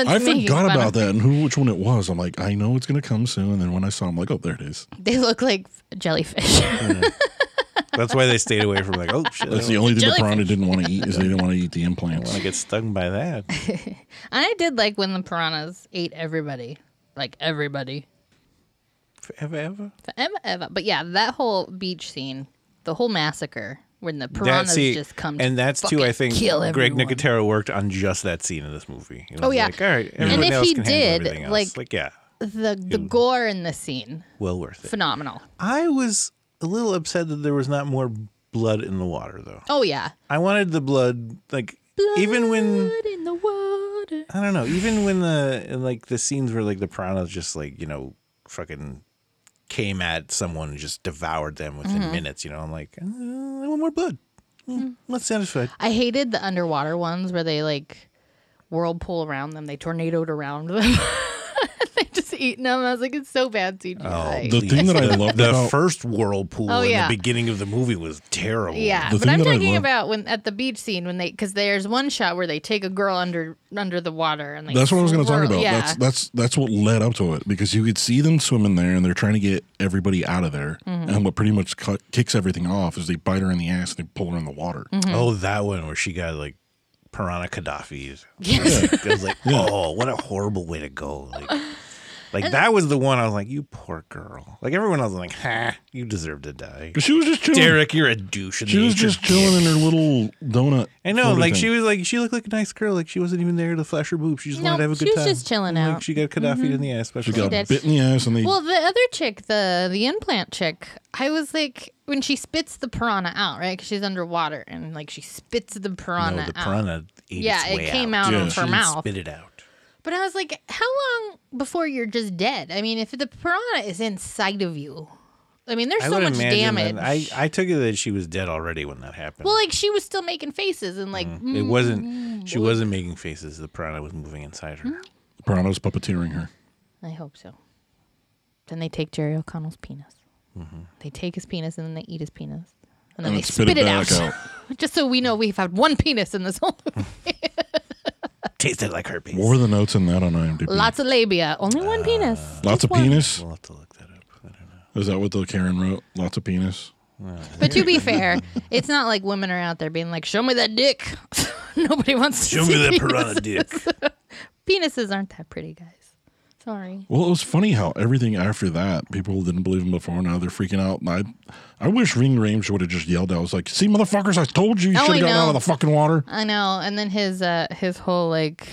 Speaker 2: I
Speaker 3: making
Speaker 2: forgot
Speaker 3: fun
Speaker 2: about
Speaker 3: of-
Speaker 2: that and who which one it was. I'm like, I know it's gonna come soon. And then when I saw, it, I'm like, oh, there it is.
Speaker 3: They look like jellyfish.
Speaker 1: That's why they stayed away from like, oh shit, I
Speaker 2: That's the
Speaker 1: don't
Speaker 2: only thing the
Speaker 3: Jellyfish.
Speaker 2: piranha didn't want to eat is they didn't want to eat the implants.
Speaker 1: want to get stung by that.
Speaker 3: and I did like when the piranhas ate everybody, like everybody,
Speaker 1: Forever, ever.
Speaker 3: forever, ever. But yeah, that whole beach scene, the whole massacre when the
Speaker 1: that
Speaker 3: piranhas
Speaker 1: see,
Speaker 3: just come.
Speaker 1: and
Speaker 3: to
Speaker 1: that's too.
Speaker 3: fucking
Speaker 1: I think
Speaker 3: kill
Speaker 1: Greg
Speaker 3: everyone.
Speaker 1: Nicotero worked on just that scene in this movie. It
Speaker 3: Oh,
Speaker 1: was
Speaker 3: yeah.
Speaker 1: like, all right.
Speaker 3: And
Speaker 1: everyone
Speaker 3: if
Speaker 1: else
Speaker 3: he
Speaker 1: can handle
Speaker 3: did,
Speaker 1: everything else.
Speaker 3: like-
Speaker 1: like, yeah,
Speaker 3: the the gore in the scene,
Speaker 1: well worth it.
Speaker 3: phenomenal.
Speaker 1: I was a little upset that there was not more blood in the water, though.
Speaker 3: Oh yeah,
Speaker 1: I wanted the blood, like
Speaker 3: Blood
Speaker 1: Even when-
Speaker 3: in the water.
Speaker 1: I don't know. Even when the like the scenes where like the piranhas just like you know fucking came at someone and just devoured them within
Speaker 3: Mm-hmm.
Speaker 1: minutes. You know, I'm like, uh, I want more blood. Mm, Not satisfied.
Speaker 3: I hated the underwater ones where they like whirlpool around them, they tornadoed around them. they just eating them. I was like, it's so bad CGI.
Speaker 2: Oh, The thing that I love
Speaker 1: The
Speaker 2: about
Speaker 1: first whirlpool
Speaker 3: Oh,
Speaker 1: in
Speaker 3: yeah.
Speaker 1: the beginning of the movie was terrible.
Speaker 3: yeah,
Speaker 2: the
Speaker 3: but
Speaker 2: thing
Speaker 3: I'm
Speaker 2: that I
Speaker 3: talking
Speaker 2: love-
Speaker 3: about when at the beach scene when they because there's one shot where they take a girl under under the water and like
Speaker 2: That's what I was going to talk
Speaker 3: swirl-
Speaker 2: about.
Speaker 3: Yeah,
Speaker 2: That's that's that's what led up to it because you could see them swimming there and they're trying to get everybody out of there.
Speaker 3: Mm-hmm.
Speaker 2: And what pretty much cut, kicks everything off is they bite her in the ass and they pull her in the water.
Speaker 3: Mm-hmm.
Speaker 1: Oh, that one where she got like piranha Gaddafi's.
Speaker 3: Yes.
Speaker 1: I was like, oh, what a horrible way to go. Like, like that was the one I was like, you poor girl. Like everyone else was like, ha, you deserve to die.
Speaker 2: 'Cause She was just chilling.
Speaker 1: Derek, you're a douche. In
Speaker 2: she
Speaker 1: the
Speaker 2: was
Speaker 1: nature
Speaker 2: just chilling in her little donut.
Speaker 1: I know,
Speaker 2: floaty
Speaker 1: like
Speaker 2: thing.
Speaker 1: she was like she looked like a nice girl, like she wasn't even there to flash her boobs. She just wanted
Speaker 3: Nope,
Speaker 1: to have a
Speaker 3: she
Speaker 1: good
Speaker 3: was
Speaker 1: time.
Speaker 3: just chilling
Speaker 1: Like,
Speaker 3: out. Mm-hmm.
Speaker 1: She got Gaddafi in the ass. but
Speaker 2: she got
Speaker 3: did.
Speaker 2: bit in the ass and they.
Speaker 3: Well, the other chick, the the implant chick, I was like, when she spits the piranha out, right? Because she's underwater, and like she spits the piranha
Speaker 1: no, Oh, the
Speaker 3: out.
Speaker 1: piranha. Ate
Speaker 3: Yeah,
Speaker 1: its
Speaker 3: it
Speaker 1: way
Speaker 3: came
Speaker 1: out,
Speaker 3: out
Speaker 2: Yeah.
Speaker 3: of
Speaker 2: She
Speaker 3: her
Speaker 1: She
Speaker 3: mouth.
Speaker 1: Spit it out.
Speaker 3: But I was like, how long before you're just dead? I mean, if the piranha is inside of you, I mean, there's
Speaker 1: I
Speaker 3: so
Speaker 1: would
Speaker 3: much
Speaker 1: imagine that-
Speaker 3: damage.
Speaker 1: I I took it that she was dead already when that happened.
Speaker 3: well, like she was still making faces and like mm,
Speaker 1: it wasn't. She wasn't making faces. The piranha was moving inside her.
Speaker 3: Hmm.
Speaker 2: Piranha's puppeteering her.
Speaker 3: I hope so. Then they take Jerry O'Connell's penis.
Speaker 1: Mm-hmm.
Speaker 3: They take his penis and then they eat his penis. And then
Speaker 2: And
Speaker 3: they
Speaker 2: then
Speaker 3: spit, it, out. Just so we know we've had one penis in this whole
Speaker 1: Tasted like herpes.
Speaker 2: What were the notes in that on IMDb?
Speaker 3: Lots of labia. Only one penis.
Speaker 2: Lots
Speaker 1: Ah.
Speaker 3: Just
Speaker 2: of
Speaker 3: one.
Speaker 2: penis.
Speaker 1: We'll have to look that up. I don't know.
Speaker 2: Is that what the Karen wrote? Lots of penis.
Speaker 3: But to be fair, it's not like women are out there being like, show me that dick. Nobody wants to
Speaker 1: Show me
Speaker 3: see
Speaker 1: that
Speaker 3: penis.
Speaker 1: piranha dick.
Speaker 3: Penises aren't that pretty, guys. Sorry.
Speaker 2: Well, it was funny how everything after that, people didn't believe him before. Now they're freaking out. I, I wish Ring Rames would have just yelled. I was like, "See, motherfuckers! I told you you
Speaker 3: Oh,
Speaker 2: should
Speaker 3: I
Speaker 2: have gotten out
Speaker 3: know.
Speaker 2: of the fucking water."
Speaker 3: I know. And then his uh his whole like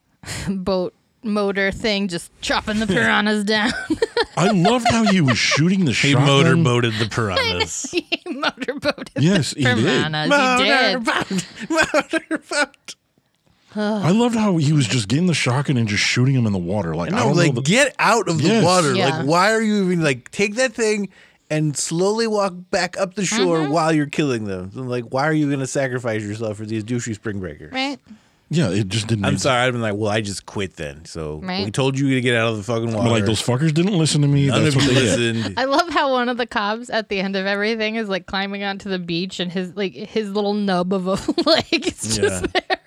Speaker 3: boat motor thing just chopping the piranhas down.
Speaker 2: I loved how he was shooting the
Speaker 1: He
Speaker 2: shotgun.
Speaker 1: motorboated the piranhas.
Speaker 3: he motorboated
Speaker 2: Yes, he did.
Speaker 3: piranhas. He did.
Speaker 1: Motorboat.
Speaker 2: I loved how he was just getting the shotgun and just shooting him in the water. Like I
Speaker 1: No,
Speaker 2: don't
Speaker 1: like
Speaker 2: know. The,
Speaker 1: get out of the
Speaker 2: Yes.
Speaker 1: water.
Speaker 3: Yeah.
Speaker 1: Like why are you even like take that thing and slowly walk back up the shore
Speaker 3: Mm-hmm.
Speaker 1: while you're killing them? And, like why are you going to sacrifice yourself for these douchey spring breakers?
Speaker 3: Right.
Speaker 2: yeah, it just didn't.
Speaker 1: I'm
Speaker 2: make-
Speaker 1: sorry. I've been like, well, I just quit then. So
Speaker 3: Right.
Speaker 1: we told you to get out of the fucking water.
Speaker 2: But like those fuckers didn't listen to me.
Speaker 1: None
Speaker 2: That's
Speaker 1: of
Speaker 2: what
Speaker 1: you
Speaker 2: they did.
Speaker 1: listened.
Speaker 3: I love how one of the cops at the end of everything is like climbing onto the beach and his like his little nub of a leg is just
Speaker 1: Yeah.
Speaker 3: there.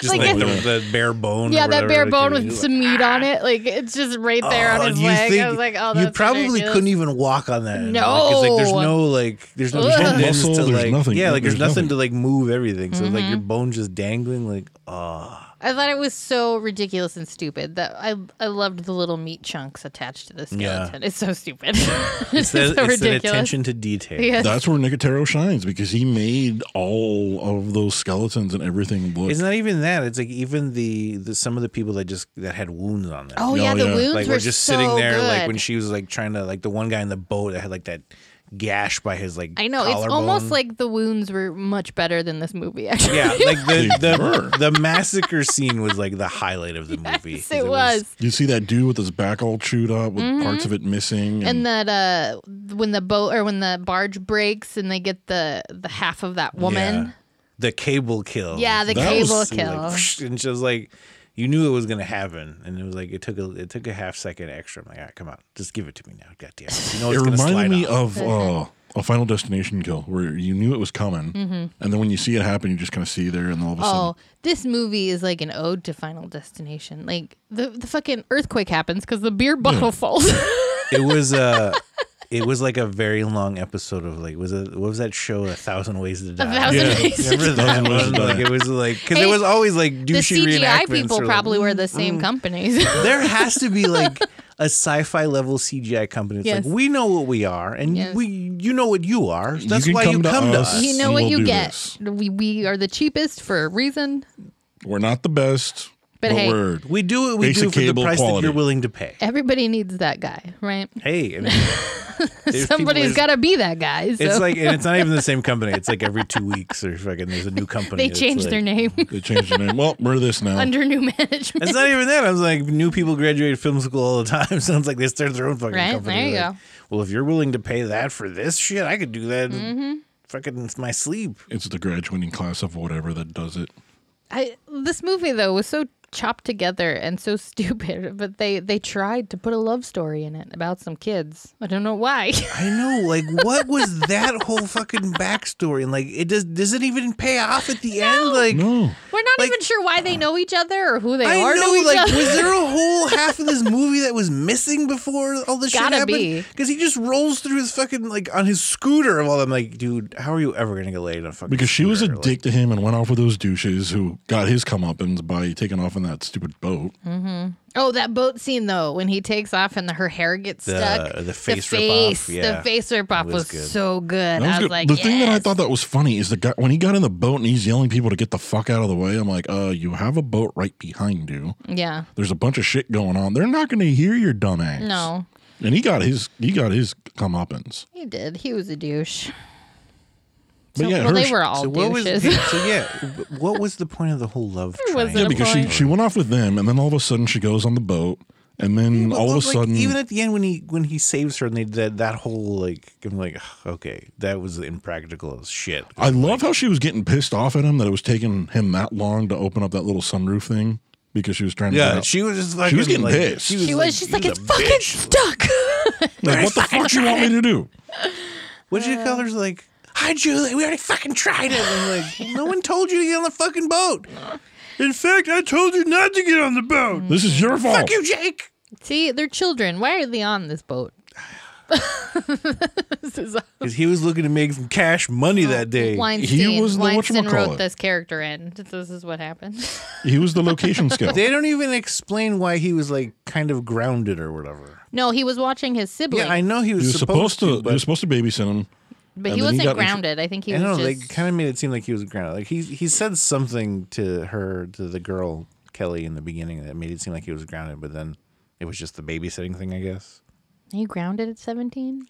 Speaker 1: Just
Speaker 3: like
Speaker 1: like,
Speaker 3: it-
Speaker 1: the, the bare bone. or
Speaker 3: yeah, that
Speaker 1: whatever
Speaker 3: bare
Speaker 1: they
Speaker 3: bone
Speaker 1: carry.
Speaker 3: with
Speaker 1: Like,
Speaker 3: some meat on it. Like it's just right there
Speaker 1: oh,
Speaker 3: on his
Speaker 1: you
Speaker 3: leg. I
Speaker 1: think-
Speaker 3: was like, oh,
Speaker 1: you
Speaker 3: that's
Speaker 1: probably
Speaker 3: ridiculous.
Speaker 1: couldn't even walk on that. anymore, 'cause, like, there's
Speaker 3: No.
Speaker 1: no like, there's no
Speaker 3: Ugh.
Speaker 1: tendons
Speaker 2: Muscle,
Speaker 1: to
Speaker 2: there's
Speaker 1: like,
Speaker 2: nothing.
Speaker 1: yeah, like there's,
Speaker 2: There's
Speaker 1: nothing
Speaker 2: nothing.
Speaker 1: to like move everything. So like your
Speaker 3: Mm-hmm.
Speaker 1: bone's just dangling. Like, oh,
Speaker 3: I thought it was so ridiculous and stupid that I I loved the little meat chunks attached to the
Speaker 1: Yeah.
Speaker 3: skeleton. It's so stupid. it's
Speaker 1: it's,
Speaker 3: so
Speaker 1: that, it's that
Speaker 3: ridiculous.
Speaker 1: attention to detail.
Speaker 3: Yes.
Speaker 2: That's where Nicotero shines because he made all of those skeletons and everything look.
Speaker 1: It's not even that. It's like even the, the some of the people that just that had wounds on them.
Speaker 3: oh yeah,
Speaker 2: No,
Speaker 3: the
Speaker 2: yeah.
Speaker 3: wounds
Speaker 1: like
Speaker 3: were
Speaker 1: we're just
Speaker 3: so
Speaker 1: sitting there
Speaker 3: good.
Speaker 1: like when she was like trying to like the one guy in the boat that had like that gash by his like
Speaker 3: I know it's
Speaker 1: collarbone.
Speaker 3: almost like the wounds were much better than this movie. Actually,
Speaker 1: yeah like
Speaker 2: They
Speaker 1: the
Speaker 2: were.
Speaker 1: the, the massacre scene was like the highlight of the movie
Speaker 3: yes,
Speaker 1: 'cause
Speaker 3: it was.
Speaker 2: you see that dude with his back all chewed up with parts of it missing.
Speaker 3: Mm-hmm.
Speaker 1: mm.
Speaker 3: and that uh when the boat or when the barge breaks and they get the the half of that
Speaker 1: yeah.
Speaker 3: woman
Speaker 1: the cable kill
Speaker 3: Yeah, the
Speaker 1: That
Speaker 3: cable
Speaker 1: was-
Speaker 3: kill.
Speaker 1: like, whoosh, and she was like you knew it was gonna happen and it was like it took a it took a half second extra I'm like all right come on just give it to me now goddamn it. you know
Speaker 2: it
Speaker 1: it's gonna
Speaker 2: reminded
Speaker 1: slide
Speaker 2: me
Speaker 1: off.
Speaker 2: of uh, a Final Destination kill where you knew it was coming, and then when you see it happen, you just kind of see there, and all of a sudden,
Speaker 3: Mm-hmm. oh this movie is like an ode to final destination like the the fucking earthquake happens because the beer bottle falls
Speaker 1: it was uh it was like a very long episode of like was it what was that show a thousand ways to die
Speaker 3: Thousand Yeah. Ways to
Speaker 1: Remember that
Speaker 2: Die.
Speaker 1: one? like it was like because
Speaker 3: Hey,
Speaker 1: it was always like
Speaker 3: the
Speaker 1: douchey
Speaker 3: cgi
Speaker 1: reenactments
Speaker 3: people
Speaker 1: or, like,
Speaker 3: probably were
Speaker 1: Mm-hmm.
Speaker 3: the
Speaker 1: Mm.
Speaker 3: same companies
Speaker 1: there has to be like a sci-fi level CGI company. It's
Speaker 3: Yes.
Speaker 1: like we know what we are, and
Speaker 3: Yes.
Speaker 1: we you know what you are.
Speaker 2: You
Speaker 1: That's
Speaker 2: can
Speaker 1: why you
Speaker 2: come to
Speaker 1: come to
Speaker 2: us.
Speaker 1: us.
Speaker 3: you know
Speaker 2: And
Speaker 3: what
Speaker 2: we'll
Speaker 3: you
Speaker 2: do
Speaker 3: get
Speaker 2: this.
Speaker 3: we we are the cheapest for a reason
Speaker 2: we're not the best.
Speaker 3: But
Speaker 2: but
Speaker 3: hey,
Speaker 2: we're
Speaker 1: We do what we
Speaker 2: Basic
Speaker 1: do for the
Speaker 2: cable
Speaker 1: price that
Speaker 2: quality.
Speaker 1: you're willing to pay.
Speaker 3: everybody needs that guy, right?
Speaker 1: Hey, I mean, there's people-
Speaker 3: Somebody's
Speaker 1: there's-
Speaker 3: got to be that guy. So
Speaker 1: It's like, and it's not even the same company. It's like every two weeks or fucking there's a new company.
Speaker 3: they
Speaker 1: that's
Speaker 3: changed
Speaker 1: like-
Speaker 3: their name
Speaker 2: they changed the name. Well, we're this now.
Speaker 3: under new management.
Speaker 1: It's not even that. I was like, new people graduate film school all the time. Sounds like they started their own fucking
Speaker 3: Right,
Speaker 1: company.
Speaker 3: there you
Speaker 1: Like,
Speaker 3: go.
Speaker 1: Well, if you're willing to pay that for this shit, I could do that.
Speaker 3: Mm-hmm.
Speaker 1: in Fucking it's my sleep.
Speaker 2: it's the graduating class of whatever that does it.
Speaker 3: I, this movie though was so chopped together and so stupid, but they they tried to put a love story in it about some kids. I don't know why.
Speaker 1: I know. Like, what was that whole fucking backstory? And like, it does does it even pay off at the end? Like,
Speaker 2: No,
Speaker 3: We're not
Speaker 1: Like-
Speaker 3: even sure why they know each other or who they
Speaker 1: I
Speaker 3: are
Speaker 1: know.
Speaker 3: to each
Speaker 1: Like,
Speaker 3: other.
Speaker 1: was there a whole half of this movie that was missing before all this
Speaker 3: Gotta
Speaker 1: shit
Speaker 3: be.
Speaker 1: happened? Because he just rolls through his fucking like on his scooter of all. I'm like, dude, how are you ever gonna get laid on a fucking?
Speaker 2: because she was a
Speaker 1: scooter? Like,
Speaker 2: dick to him and went off with those douches who got his comeuppance by taking off in that stupid boat.
Speaker 3: Oh, that boat scene though, when he takes off and her hair gets
Speaker 1: The-
Speaker 3: stuck.
Speaker 1: the face
Speaker 3: the
Speaker 1: rip off,
Speaker 3: face,
Speaker 1: yeah.
Speaker 3: the face rip off
Speaker 1: was
Speaker 3: was,
Speaker 1: good.
Speaker 3: so good.
Speaker 2: That
Speaker 3: I was
Speaker 2: good.
Speaker 3: like,
Speaker 2: the thing that I
Speaker 3: yes.
Speaker 2: thought that was funny is the guy when he got in the boat and he's yelling people to get the fuck out of the way. I'm like, uh, you have a boat right behind you.
Speaker 3: yeah,
Speaker 2: There's a bunch of shit going on. They're not going to hear your dumb ass.
Speaker 3: no,
Speaker 2: And he got his he got his comeuppance.
Speaker 3: he did. He was a douche.
Speaker 2: But
Speaker 3: So-
Speaker 2: yeah,
Speaker 3: well,
Speaker 2: her
Speaker 3: they
Speaker 2: sh-
Speaker 3: were all
Speaker 1: So what was
Speaker 3: douches.
Speaker 1: so yeah? w- What was the point of the whole love
Speaker 3: There wasn't
Speaker 1: triangle?
Speaker 2: yeah
Speaker 3: a
Speaker 2: because she
Speaker 3: point.
Speaker 2: she went off with them and then all of a sudden she goes on the boat and then
Speaker 1: But
Speaker 2: all of a
Speaker 1: look, like,
Speaker 2: sudden
Speaker 1: even at the end when he when he saves her and they did that whole like I'm like okay that was impractical as shit.
Speaker 2: I love how she was getting pissed off at him that it was taking him that long to open up that little sunroof thing because she was trying to get
Speaker 1: Yeah,
Speaker 2: out.
Speaker 1: she was just like
Speaker 2: She was getting
Speaker 1: like,
Speaker 2: pissed.
Speaker 3: She was. She's like,
Speaker 1: a
Speaker 3: it's fucking
Speaker 1: bitch."
Speaker 3: stuck.
Speaker 2: like what the fuck do you want me to do?
Speaker 1: What did you call her's like? Hi, Julie. We already fucking tried it. And I'm like, no one told you to get on the fucking boat. In fact, I told you not to get on the boat.
Speaker 2: This is your fault.
Speaker 1: Fuck you, Jake.
Speaker 3: See, they're children. Why are they on this boat? this is a
Speaker 1: Because he was looking to make some cash money that day.
Speaker 3: Weinstein.
Speaker 2: was the
Speaker 3: Weinstein
Speaker 2: whatchamacallit.
Speaker 3: wrote this character in. This is what happened.
Speaker 2: He was the location scout.
Speaker 1: They don't even explain why he was like kind of grounded or whatever.
Speaker 3: No, he was watching his sibling,
Speaker 1: Yeah, I know he was,
Speaker 2: He was
Speaker 1: supposed, to,
Speaker 2: he
Speaker 1: but
Speaker 2: was supposed to babysit him.
Speaker 3: but
Speaker 2: and
Speaker 3: he
Speaker 2: then he
Speaker 3: wasn't
Speaker 2: got intro-
Speaker 3: grounded. I think he
Speaker 1: I
Speaker 3: was
Speaker 1: don't know.
Speaker 3: just
Speaker 1: They kind of made it seem like he was grounded. Like he he said something to her to the girl Kelly in the beginning that made it seem like he was grounded, but then it was just the babysitting thing, I guess.
Speaker 3: Are you grounded at 17?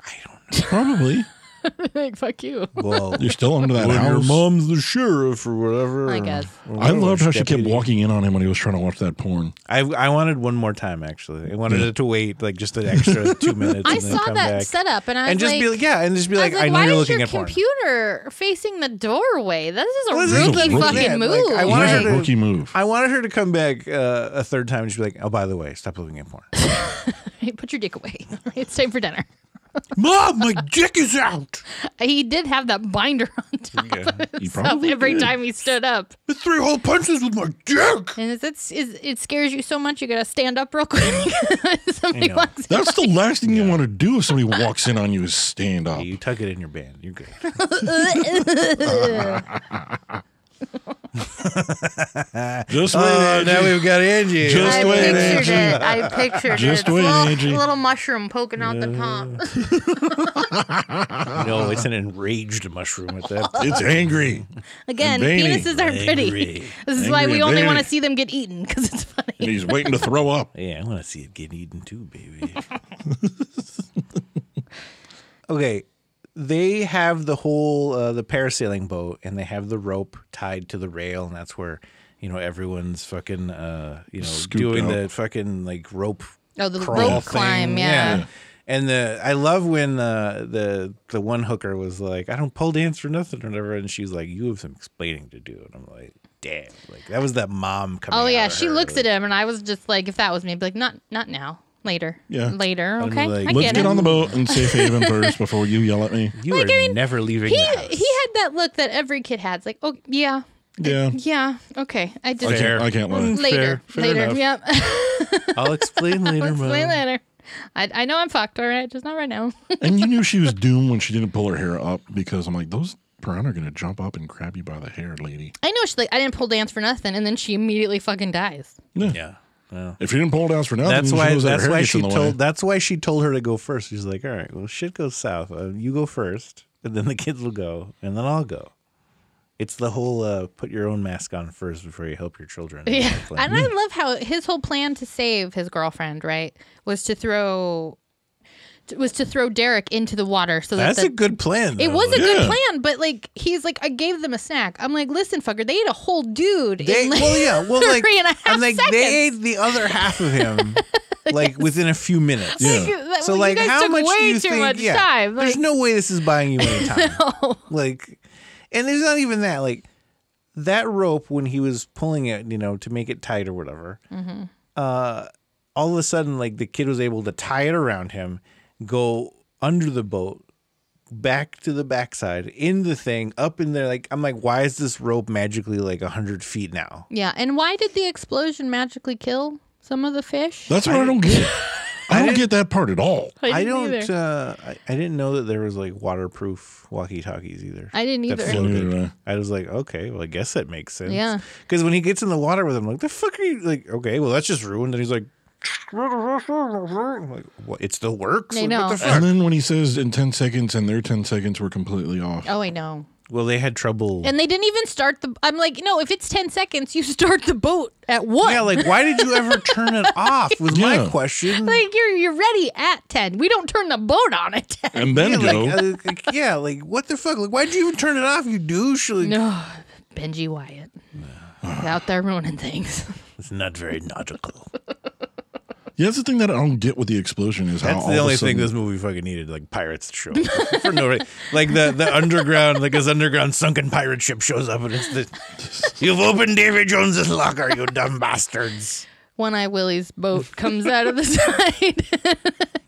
Speaker 2: Probably.
Speaker 3: like, fuck you.
Speaker 1: Well,
Speaker 2: You're still under that
Speaker 1: when your
Speaker 2: house.
Speaker 1: mom's the sheriff or whatever.
Speaker 3: I
Speaker 1: or-
Speaker 3: guess.
Speaker 1: or
Speaker 2: I
Speaker 1: whatever,
Speaker 2: loved how she kept
Speaker 1: deputy.
Speaker 2: walking in on him when he was trying to watch that porn.
Speaker 1: I I wanted one more time actually. I wanted it to wait like just an extra two minutes.
Speaker 3: I
Speaker 1: and then
Speaker 3: saw
Speaker 1: come
Speaker 3: that
Speaker 1: back.
Speaker 3: setup and I was
Speaker 1: and just
Speaker 3: like,
Speaker 1: be like, yeah, and just be
Speaker 3: I,
Speaker 1: like,
Speaker 3: was
Speaker 1: I
Speaker 3: like,
Speaker 1: know
Speaker 3: why
Speaker 1: you're
Speaker 3: is
Speaker 1: looking
Speaker 3: your
Speaker 1: at porn.
Speaker 3: computer facing the doorway? This is a
Speaker 1: Well, this is
Speaker 3: rookie
Speaker 2: a rookie.
Speaker 3: fucking
Speaker 1: Yeah, like,
Speaker 3: move.
Speaker 1: I
Speaker 2: He
Speaker 1: wanted
Speaker 2: has
Speaker 1: her
Speaker 2: a
Speaker 1: to-
Speaker 2: rookie move.
Speaker 1: I wanted her to come back uh, a third time and just be like, oh, by the way, stop looking at porn.
Speaker 3: Hey, put your dick away. it's time for dinner.
Speaker 1: Mom, my dick is out.
Speaker 3: He did have that binder on top of
Speaker 2: He
Speaker 3: himself
Speaker 2: probably
Speaker 3: every
Speaker 2: did.
Speaker 3: time he stood up.
Speaker 1: The three whole punches with my dick.
Speaker 3: And it's, it's, it's, it scares you so much, you gotta stand up real quick. Somebody
Speaker 1: know.
Speaker 3: walks in.
Speaker 2: That's the last thing you want to do if somebody walks in on you is stand up.
Speaker 1: You tuck it in your band. You're good.
Speaker 2: Just wait,
Speaker 1: Oh, now
Speaker 2: Angie.
Speaker 1: we've got Angie.
Speaker 2: Just
Speaker 3: I
Speaker 2: wait,
Speaker 3: pictured
Speaker 2: Angie.
Speaker 3: it. I pictured
Speaker 2: Just
Speaker 3: it.
Speaker 2: wait,
Speaker 3: little,
Speaker 2: Angie.
Speaker 3: little mushroom poking out the top.
Speaker 1: No, it's an enraged mushroom at that point.
Speaker 2: It's angry.
Speaker 3: Again,
Speaker 2: Veiny.
Speaker 3: penises aren't pretty.
Speaker 1: Angry.
Speaker 3: This is why
Speaker 2: Angry
Speaker 3: we
Speaker 2: and
Speaker 3: only
Speaker 2: veiny.
Speaker 3: want to see them get eaten because it's
Speaker 2: And
Speaker 3: funny.
Speaker 2: he's waiting to throw up.
Speaker 1: Yeah, I want to see it get eaten too, baby. okay, they have the whole uh, the parasailing boat, and they have the rope tied to the rail, and that's where you know everyone's fucking uh, you know
Speaker 2: Scooped
Speaker 1: doing
Speaker 2: out.
Speaker 1: the fucking like rope
Speaker 3: Oh, the
Speaker 1: crawl
Speaker 3: rope
Speaker 1: thing.
Speaker 3: climb. Yeah.
Speaker 1: And the I love when uh, the the one hooker was like, I don't pole dance for nothing or whatever, and she's like, You have some explaining to do, and I'm like, Damn, like that was that mom coming.
Speaker 3: Oh
Speaker 1: out
Speaker 3: yeah,
Speaker 1: of
Speaker 3: she
Speaker 1: her,
Speaker 3: looks
Speaker 1: like,
Speaker 3: at him, and I was just like, if that was me, I'd be like, not, not now, later.
Speaker 2: Yeah.
Speaker 3: Later.
Speaker 1: I'd be
Speaker 3: Okay.
Speaker 1: like,
Speaker 3: I
Speaker 2: Let's
Speaker 3: get,
Speaker 2: get,
Speaker 3: it.
Speaker 2: on the boat and safe haven first before you yell at me.
Speaker 1: You are never leaving.
Speaker 3: He,
Speaker 1: the
Speaker 3: he
Speaker 1: house.
Speaker 3: had that look that every kid has. Like, oh yeah,
Speaker 2: Yeah.
Speaker 3: yeah, okay. I
Speaker 2: I
Speaker 3: just Mm,
Speaker 1: Fair.
Speaker 2: can't, I can't lie.
Speaker 3: later,
Speaker 1: Fair- fair
Speaker 3: later.
Speaker 1: enough.
Speaker 3: Yep.
Speaker 1: I'll explain later,
Speaker 3: Let's
Speaker 1: Mom.
Speaker 3: play later. I, I know I'm fucked. All right, just not right now.
Speaker 2: And you knew she was doomed when she didn't pull her hair up because I'm like, those piranha are going to jump up and grab you by the hair, lady.
Speaker 3: I know she's like, I didn't pull dance for nothing, and then she immediately fucking dies.
Speaker 1: Yeah. Well,
Speaker 2: If you didn't pull it down for nothing,
Speaker 1: that's
Speaker 2: she
Speaker 1: why.
Speaker 2: knows that her
Speaker 1: That's
Speaker 2: hair
Speaker 1: why
Speaker 2: gets
Speaker 1: she
Speaker 2: in the way.
Speaker 1: told. That's why she told her to go first. She's like, "All right, well, shit goes south. Uh, you go first, and then the kids will go, and then I'll go." It's the whole uh, put your own mask on first before you help your children.
Speaker 3: Yeah.
Speaker 1: Like,
Speaker 3: And I love how his whole plan to save his girlfriend, right, was to throw was to throw Derek into the water so that
Speaker 1: that's
Speaker 3: the,
Speaker 1: a good plan.
Speaker 3: It
Speaker 1: though.
Speaker 3: was a
Speaker 2: Yeah.
Speaker 3: good plan, but like he's like, I gave them a snack. I'm like, listen, fucker, they ate a whole dude.
Speaker 1: They,
Speaker 3: in like
Speaker 1: well, yeah. Well, like,
Speaker 3: three and a half
Speaker 1: I'm like,
Speaker 3: seconds.
Speaker 1: they ate the other half of him, like within a few minutes.
Speaker 2: Yeah.
Speaker 3: Like,
Speaker 1: So,
Speaker 3: well,
Speaker 1: like,
Speaker 3: you guys
Speaker 1: how
Speaker 3: took
Speaker 1: much
Speaker 3: way
Speaker 1: do you
Speaker 3: too
Speaker 1: think?
Speaker 3: much
Speaker 1: yeah,
Speaker 3: time.
Speaker 1: there's
Speaker 3: Like,
Speaker 1: no way this is buying you any time.
Speaker 3: no.
Speaker 1: Like, and there's not even that. Like, that rope when he was pulling it, you know, to make it tight or whatever.
Speaker 3: Mm-hmm.
Speaker 1: Uh, all of a sudden, like the kid was able to tie it around him, go under the boat, back to the backside, in the thing, up in there. Like, I'm like, why is this rope magically like hundred feet now?
Speaker 3: Yeah, and why did the explosion magically kill some of the fish?
Speaker 2: That's what I don't get. I don't get that part at all.
Speaker 1: I
Speaker 3: didn't
Speaker 1: don't.
Speaker 3: either.
Speaker 1: Uh, I, I didn't know that there was like waterproof walkie talkies either.
Speaker 3: I didn't
Speaker 1: that
Speaker 3: either.
Speaker 1: floated.
Speaker 2: Neither did
Speaker 1: I was like, okay, well, I guess that makes sense.
Speaker 3: Yeah.
Speaker 1: Because when he gets in the water with him, like, the fuck are you? Like, okay, well, that's just ruined. And he's like, I'm like, what? It still works.
Speaker 3: I
Speaker 1: Like,
Speaker 3: know.
Speaker 1: What the
Speaker 2: And
Speaker 1: fuck?
Speaker 2: then when he says in 10 seconds and their 10 seconds were completely off.
Speaker 3: Oh, I know.
Speaker 1: Well, they had trouble.
Speaker 3: And they didn't even start the. I'm like, no, if it's 10 seconds, you start the boat at one.
Speaker 1: yeah, like, why did you ever turn it off? Was
Speaker 2: Yeah.
Speaker 1: my question.
Speaker 3: Like, you're, you're ready at 10. We don't turn the boat on at 10.
Speaker 2: And then
Speaker 1: yeah,
Speaker 2: go.
Speaker 1: like, uh, like, yeah, like, what the fuck? Like, why'd you even turn it off? You douche. Like,
Speaker 3: No, Benji Wyatt. He's out there ruining things.
Speaker 1: It's not very nautical.
Speaker 2: yeah, that's the thing that I don't get with the explosion is how
Speaker 1: That's
Speaker 2: all
Speaker 1: the
Speaker 2: of
Speaker 1: only
Speaker 2: a
Speaker 1: thing
Speaker 2: sudden-
Speaker 1: this movie fucking needed, like pirates to show up for no reason. Like the the underground, like his underground sunken pirate ship shows up, and it's the you've opened Davy Jones's locker, you dumb bastards.
Speaker 3: One Eye Willie's boat comes out of the side.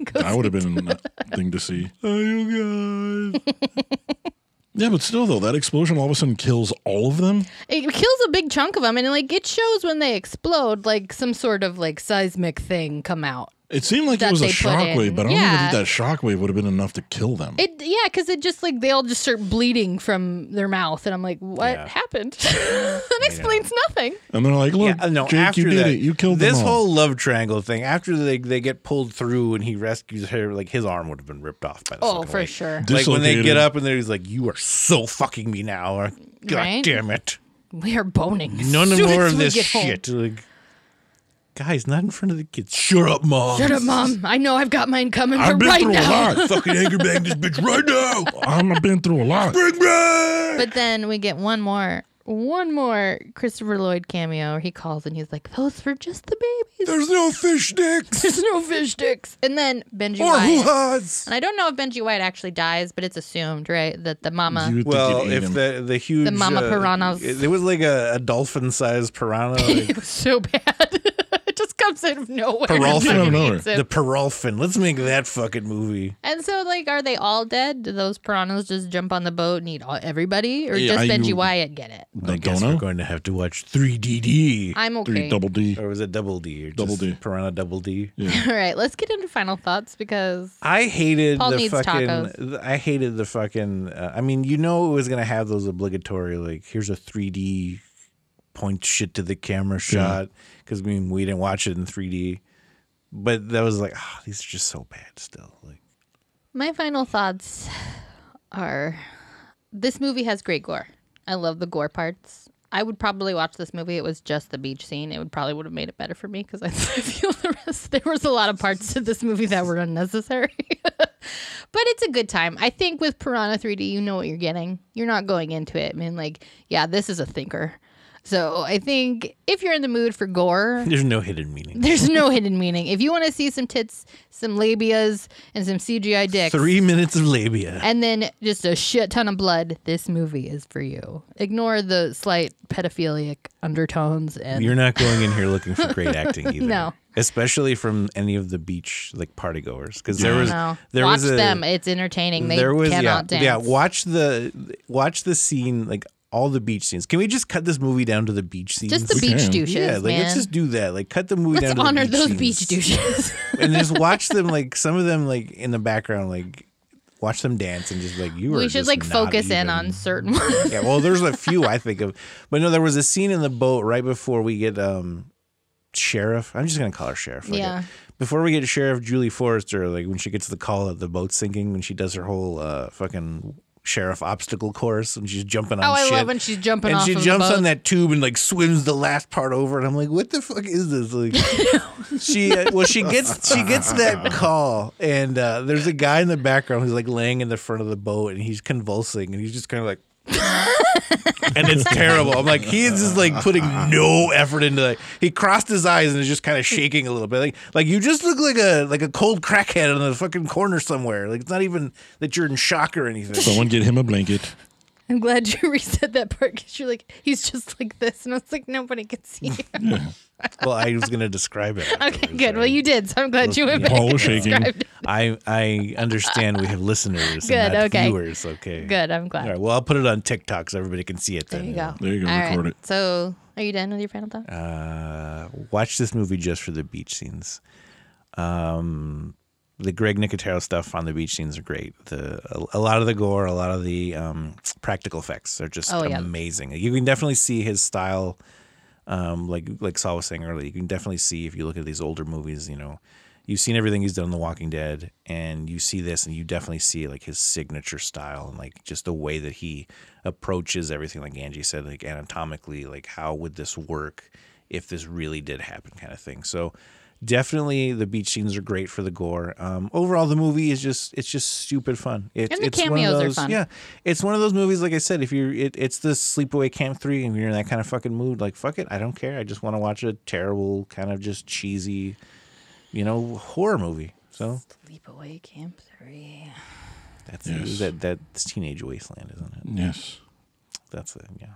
Speaker 3: Goes-
Speaker 2: That would have been a thing to see. Oh, you guys. yeah, but still, though, that explosion all of a sudden kills all of them.
Speaker 3: it kills a big chunk of them, and like it shows when they explode, like some sort of like seismic thing come out.
Speaker 2: It seemed like
Speaker 3: That
Speaker 2: it was a
Speaker 3: they put
Speaker 2: shockwave,
Speaker 3: in.
Speaker 2: but I don't
Speaker 3: Yeah.
Speaker 2: even think that shockwave would have been enough to kill them.
Speaker 3: It yeah, because it just like they all just start bleeding from their mouth, and I'm like, what
Speaker 1: Yeah.
Speaker 3: happened? that explains nothing.
Speaker 2: and they're like, look,
Speaker 1: Yeah, uh, no,
Speaker 2: Jake,
Speaker 1: after
Speaker 2: you did
Speaker 1: that,
Speaker 2: it. You killed
Speaker 1: this
Speaker 2: them all.
Speaker 1: whole love triangle thing. After they they get pulled through and he rescues her, like his arm would have been ripped off by the
Speaker 3: Oh,
Speaker 1: fucking
Speaker 3: for
Speaker 1: lake.
Speaker 3: sure.
Speaker 1: Like when they get
Speaker 2: Dislocated.
Speaker 1: up and they're he's like, "You are so fucking me now," or "God
Speaker 3: Right?
Speaker 1: damn it."
Speaker 3: We are boning. as
Speaker 1: None
Speaker 3: soon
Speaker 1: more
Speaker 3: as
Speaker 1: of
Speaker 3: we
Speaker 1: this
Speaker 3: get home.
Speaker 1: shit. Like, guys, not in front of the kids. Shut up, mom.
Speaker 3: Shut up, mom. I know I've got mine coming
Speaker 2: I've
Speaker 3: for
Speaker 2: been
Speaker 3: right
Speaker 2: through
Speaker 3: now.
Speaker 2: a lot. Fucking anger bang this bitch right now. I've been through a lot. Bring back.
Speaker 3: But then we get one more, one more Christopher Lloyd cameo. where He calls and he's like, "Those were just the babies.
Speaker 2: There's no fish sticks
Speaker 3: There's no fish sticks." And then Benji
Speaker 2: or
Speaker 3: White.
Speaker 2: hoo-has.
Speaker 3: And I don't know if Benji White actually dies, but it's assumed, right, that the mama.
Speaker 2: You would think
Speaker 1: Well,
Speaker 2: you'd eat
Speaker 1: if
Speaker 2: 'em.
Speaker 1: the the huge uh,
Speaker 3: mama piranhas.
Speaker 1: it, it was like a, a dolphin sized piranha, like
Speaker 3: it was so bad. it just comes out of nowhere.
Speaker 1: Peralta.
Speaker 3: Nobody
Speaker 2: Out of nowhere.
Speaker 3: needs it.
Speaker 1: the Perolfin. Let's make that fucking movie.
Speaker 3: And so, like, are they all dead? Do those piranhas just jump on the boat and eat all, everybody, or
Speaker 2: Yeah,
Speaker 3: does
Speaker 2: I-
Speaker 3: Benji
Speaker 2: you-
Speaker 3: Wyatt get it?
Speaker 2: No,
Speaker 1: I guess
Speaker 2: don't know.
Speaker 1: we're going to have to watch 3DD,
Speaker 3: I'm okay.
Speaker 2: Three double D.
Speaker 1: or was it Double D? Or just
Speaker 2: Double D.
Speaker 1: Piranha Double D.
Speaker 3: All right, let's get into final thoughts because
Speaker 1: I hated
Speaker 3: Paul
Speaker 1: the
Speaker 3: needs
Speaker 1: fucking.
Speaker 3: tacos.
Speaker 1: th- I hated the fucking. Uh, I mean, you know, it was gonna have those obligatory like, here's a 3D point shit to the camera shot because I mean we didn't watch it in 3D, but that was like, ah, these are just so bad still. Like,
Speaker 3: My final thoughts are this movie has great gore. I love the gore parts. I would probably watch this movie. It was just the beach scene. It would probably would have made it better for me because I, I feel the rest. There was a lot of parts to this movie that were unnecessary, but it's a good time. I think with Piranha 3D, you know what you're getting. You're not going into it. I mean, like, yeah, this is a thinker. So I think if you're in the mood for gore,
Speaker 1: there's no hidden meaning.
Speaker 3: there's no hidden meaning. If you want to see some tits, some labias, and some CGI dicks,
Speaker 1: Three minutes of labia.
Speaker 3: and then just a shit ton of blood. This movie is for you. Ignore the slight pedophilic undertones and
Speaker 1: You're not going in here looking for great acting either.
Speaker 3: No.
Speaker 1: Especially from any of the beach like partygoers because there was
Speaker 3: no.
Speaker 1: there
Speaker 3: Watch
Speaker 1: was a,
Speaker 3: them. It's entertaining. They
Speaker 1: yeah,
Speaker 3: cannot dance.
Speaker 1: yeah. Watch the watch the scene like all the beach scenes. Can we just cut this movie down to the beach scenes?
Speaker 3: just the
Speaker 2: We
Speaker 3: beach
Speaker 2: can.
Speaker 3: douches,
Speaker 1: yeah, like
Speaker 3: man.
Speaker 1: let's just do that. Like cut the movie
Speaker 3: Let's
Speaker 1: down to
Speaker 3: honor
Speaker 1: the beach scenes.
Speaker 3: those beach douches.
Speaker 1: and just watch them like some of them like in the background like watch them dance and just like you are
Speaker 3: we should
Speaker 1: just
Speaker 3: like
Speaker 1: not
Speaker 3: focus in
Speaker 1: even-
Speaker 3: on certain ones.
Speaker 1: yeah, well, there's a few I think of, but no, there was a scene in the boat right before we get um sheriff. I'm just gonna call her sheriff. fuck it.
Speaker 3: Yeah.
Speaker 1: Before we get sheriff Julie Forrester, like when she gets the call that the boat's sinking, when she does her whole uh, fucking sheriff obstacle course and she's jumping on
Speaker 3: Oh, I
Speaker 1: shit.
Speaker 3: love when she's jumping
Speaker 1: and
Speaker 3: off
Speaker 1: she
Speaker 3: of the
Speaker 1: jumps on
Speaker 3: boat.
Speaker 1: that tube and like swims the last part over and i'm like what the fuck is this like she uh, well she gets she gets that call and uh, there's a guy in the background who's like laying in the front of the boat and he's convulsing and he's just kind of like and it's terrible. I'm like, he's just like putting no effort into like he crossed his eyes and is just kind of shaking a little bit. Like like you just look like a like a cold crackhead in the fucking corner somewhere. Like it's not even that you're in shock or anything.
Speaker 2: Someone get him a blanket.
Speaker 3: I'm glad you reset that part because you're like, he's just like this. And I was like, nobody can see you.
Speaker 1: well, I was gonna describe it.
Speaker 3: okay, good. Well, you did. So I'm glad you went back
Speaker 2: Paul
Speaker 3: and
Speaker 2: was shaking.
Speaker 3: described it.
Speaker 1: I I understand we have listeners
Speaker 3: Good,
Speaker 1: and not
Speaker 3: okay.
Speaker 1: viewers. Okay.
Speaker 3: Good. I'm glad.
Speaker 1: All right. Well, I'll put it on TikTok so everybody can see it
Speaker 3: There
Speaker 1: then.
Speaker 3: you go.
Speaker 2: There you go,
Speaker 3: All right.
Speaker 2: record it.
Speaker 3: So are you done with your final thought?
Speaker 1: Uh, watch this movie just for the beach scenes. Um, the Greg Nicotero stuff on the beach scenes are great. The a, a lot of the gore, a lot of the um, practical effects are just
Speaker 3: Oh, yeah.
Speaker 1: amazing. You can definitely see his style. Um, like like Saul was saying earlier, you can definitely see if you look at these older movies. You know, you've seen everything he's done in The Walking Dead, and you see this, and you definitely see like his signature style and like just the way that he approaches everything. Like Angie said, like anatomically, like how would this work if this really did happen, kind of thing. So definitely the beach scenes are great for the gore. Um, overall, the movie is just it's just stupid fun. It,
Speaker 3: And the
Speaker 1: it's one
Speaker 3: cameos
Speaker 1: of
Speaker 3: are
Speaker 1: those,
Speaker 3: fun.
Speaker 1: Yeah, it's one of those movies. Like I said, if you're it, it's the sleepaway camp three, and you're in that kind of fucking mood, like fuck it, I don't care. I just want to watch a terrible kind of just cheesy, you know, horror movie. So
Speaker 3: Sleep away camp three.
Speaker 1: that's
Speaker 2: Yes.
Speaker 1: that that's teenage wasteland, isn't it?
Speaker 2: Yes.
Speaker 1: That's it. Yeah.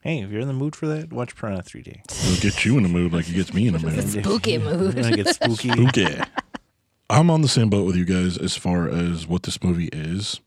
Speaker 1: Hey, if you're in the mood for that, watch Piranha 3D.
Speaker 2: It'll get you in the mood like it gets me in the mood.
Speaker 3: Spooky mood.
Speaker 1: Gonna get spooky.
Speaker 2: Okay. I'm on the same boat with you guys as far as what this movie is.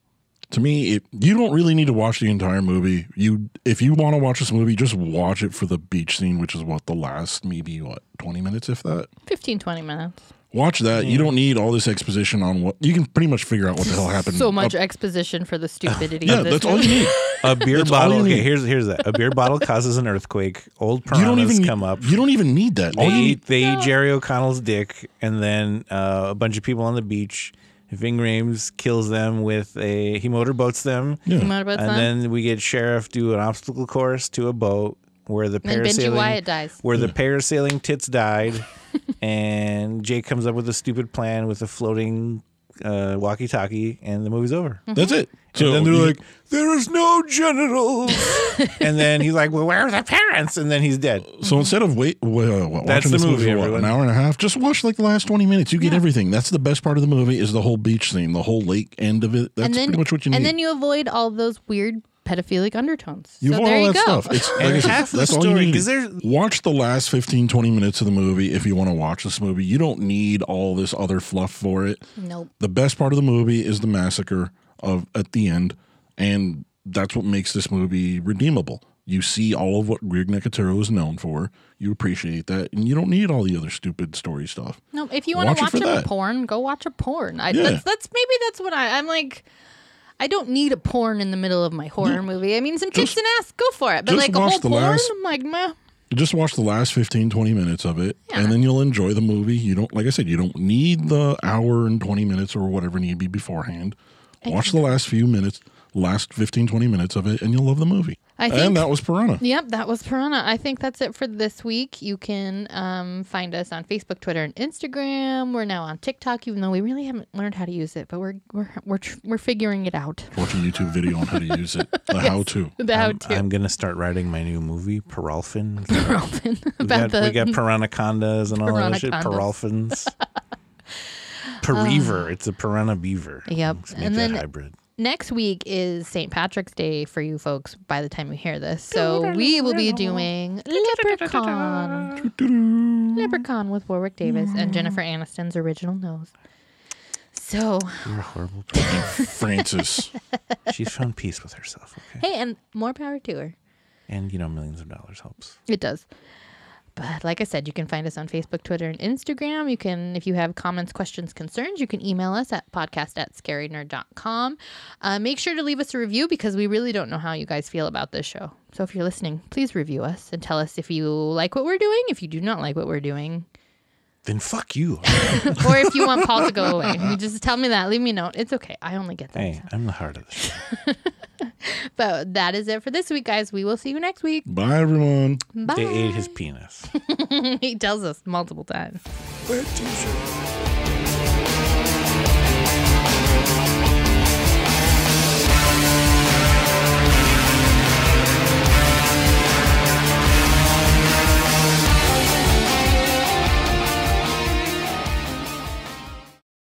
Speaker 2: To me, it, you don't really need to watch the entire movie. You, if you want to watch this movie, just watch it for the beach scene, which is what the last maybe what twenty minutes, if that.
Speaker 3: 15, 20 minutes.
Speaker 2: Watch that.
Speaker 3: Mm.
Speaker 2: You don't need all this exposition on what you can pretty much figure out what the hell happened.
Speaker 3: So much
Speaker 2: up-
Speaker 3: exposition for the stupidity
Speaker 2: yeah,
Speaker 3: of this
Speaker 2: that's all you
Speaker 3: movie.
Speaker 2: need.
Speaker 1: A beer
Speaker 2: all
Speaker 1: bottle.
Speaker 2: you
Speaker 1: Okay,
Speaker 2: need.
Speaker 1: here's here's that. A beer bottle causes an earthquake. Old
Speaker 2: You
Speaker 1: piranhas
Speaker 2: don't even
Speaker 1: come up.
Speaker 2: You don't even need that.
Speaker 1: They
Speaker 2: All you need,
Speaker 1: eat, they eat Jerry O'Connell's dick, and then uh, a bunch of people on the beach. Ving Rames kills them with a he motorboats them,
Speaker 2: Yeah.
Speaker 3: Mad about
Speaker 1: and
Speaker 3: that?
Speaker 1: then we get sheriff do an obstacle course to a boat where the
Speaker 3: And Benji
Speaker 1: parasailing
Speaker 3: Wyatt dies.
Speaker 1: where the parasailing tits died, and Jake comes up with a stupid plan with a floating uh, walkie-talkie, and the movie's over.
Speaker 3: Mm.
Speaker 2: that's it. So
Speaker 1: and then they're
Speaker 2: you-
Speaker 1: like, "There is no genitals," and then he's like, "Well, where are the parents?" And then he's dead.
Speaker 2: So instead of wait, well, what,
Speaker 1: That's
Speaker 2: watching
Speaker 1: the
Speaker 2: this movie,
Speaker 1: movie,
Speaker 2: for what, an
Speaker 1: everyone.
Speaker 2: hour and a half, just watch like the last twenty minutes. You get everything. That's the best part of the movie is the whole beach scene, the whole lake end of it. That's
Speaker 3: and then,
Speaker 2: pretty much what you need.
Speaker 3: And then you avoid all those weird pedophilic undertones.
Speaker 2: You've
Speaker 3: so
Speaker 2: all
Speaker 3: there you
Speaker 2: that
Speaker 3: go.
Speaker 2: stuff. It's like I said,
Speaker 1: half the
Speaker 2: that's all
Speaker 1: story,
Speaker 2: you need.
Speaker 1: 'cause there's-
Speaker 2: Watch the last 15, 20 minutes of the movie if you want to watch this movie. You don't need all this other fluff for it.
Speaker 3: Nope.
Speaker 2: The best part of the movie is the massacre of at the end, and that's what makes this movie redeemable. You see all of what Greg Nicotero is known for. You appreciate that, and you don't need all the other stupid story stuff.
Speaker 3: No, if you want
Speaker 2: Watch it
Speaker 3: to watch
Speaker 2: for
Speaker 3: a
Speaker 2: that.
Speaker 3: porn, go watch a porn. I,
Speaker 2: Yeah.
Speaker 3: that's, that's maybe that's what I, I'm like. I don't need a porn in the middle of my horror movie. I mean, some
Speaker 2: Just-
Speaker 3: kicks and ass, go for it. But
Speaker 2: just
Speaker 3: like a
Speaker 2: watch
Speaker 3: whole
Speaker 2: the
Speaker 3: porn,
Speaker 2: last-
Speaker 3: I'm like, meh.
Speaker 2: You just watch the last 15, 20 minutes of it,
Speaker 3: Yeah.
Speaker 2: and then you'll enjoy the movie. You don't, like I said, you don't need the hour and 20 minutes or whatever need be beforehand. Watch the last few minutes, last 15, 20 minutes of it, and you'll love the movie.
Speaker 3: I think-
Speaker 2: and that was Piranha.
Speaker 3: Yep, that was Piranha. I think that's it for this week. You can um, find us on Facebook, Twitter, and Instagram. We're now on TikTok, even though we really haven't learned how to use it, but we're we're we're, tr- we're figuring it out.
Speaker 2: Watch a YouTube video on how to use it, the how to.
Speaker 3: The how to.
Speaker 1: I'm gonna start writing my new movie, Peralfin. we got,
Speaker 3: About the-
Speaker 1: we got Piranacondas and all that other shit. Peralfins.
Speaker 3: Piranacondas.
Speaker 1: Perever. It's a Piranha Beaver.
Speaker 3: Yep.
Speaker 1: Let's make
Speaker 3: Uh, And
Speaker 1: that
Speaker 3: then-
Speaker 1: hybrid.
Speaker 3: next week is St. Patrick's Day for you folks by the time you hear this. So we will be doing Leprechaun. Leprechaun with Warwick Davis and Jennifer Aniston's original nose. So,
Speaker 1: You're a horrible person.
Speaker 2: Francis.
Speaker 1: She's found peace with herself. Okay.
Speaker 3: hey, and more power to her.
Speaker 1: And you know, millions of dollars helps.
Speaker 3: It does. But like I said, you can find us on Facebook, Twitter, and Instagram. You can, if you have comments, questions, concerns, you can email us at podcast at scarynerd.com. Uh, make sure to leave us a review because we really don't know how you guys feel about this show. So if you're listening, please review us and tell us if you like what we're doing, if you do not like what we're doing,
Speaker 1: Then fuck you.
Speaker 3: or if you want Paul to go away, you just tell me that. Leave me a note. It's okay. I only get that.
Speaker 1: hey, I'm the heart of this.
Speaker 3: But that is it for this week, guys. We will see you next week.
Speaker 2: Bye, everyone.
Speaker 3: Bye.
Speaker 1: They ate his penis.
Speaker 3: he tells us multiple times.
Speaker 2: Wear a t-shirt.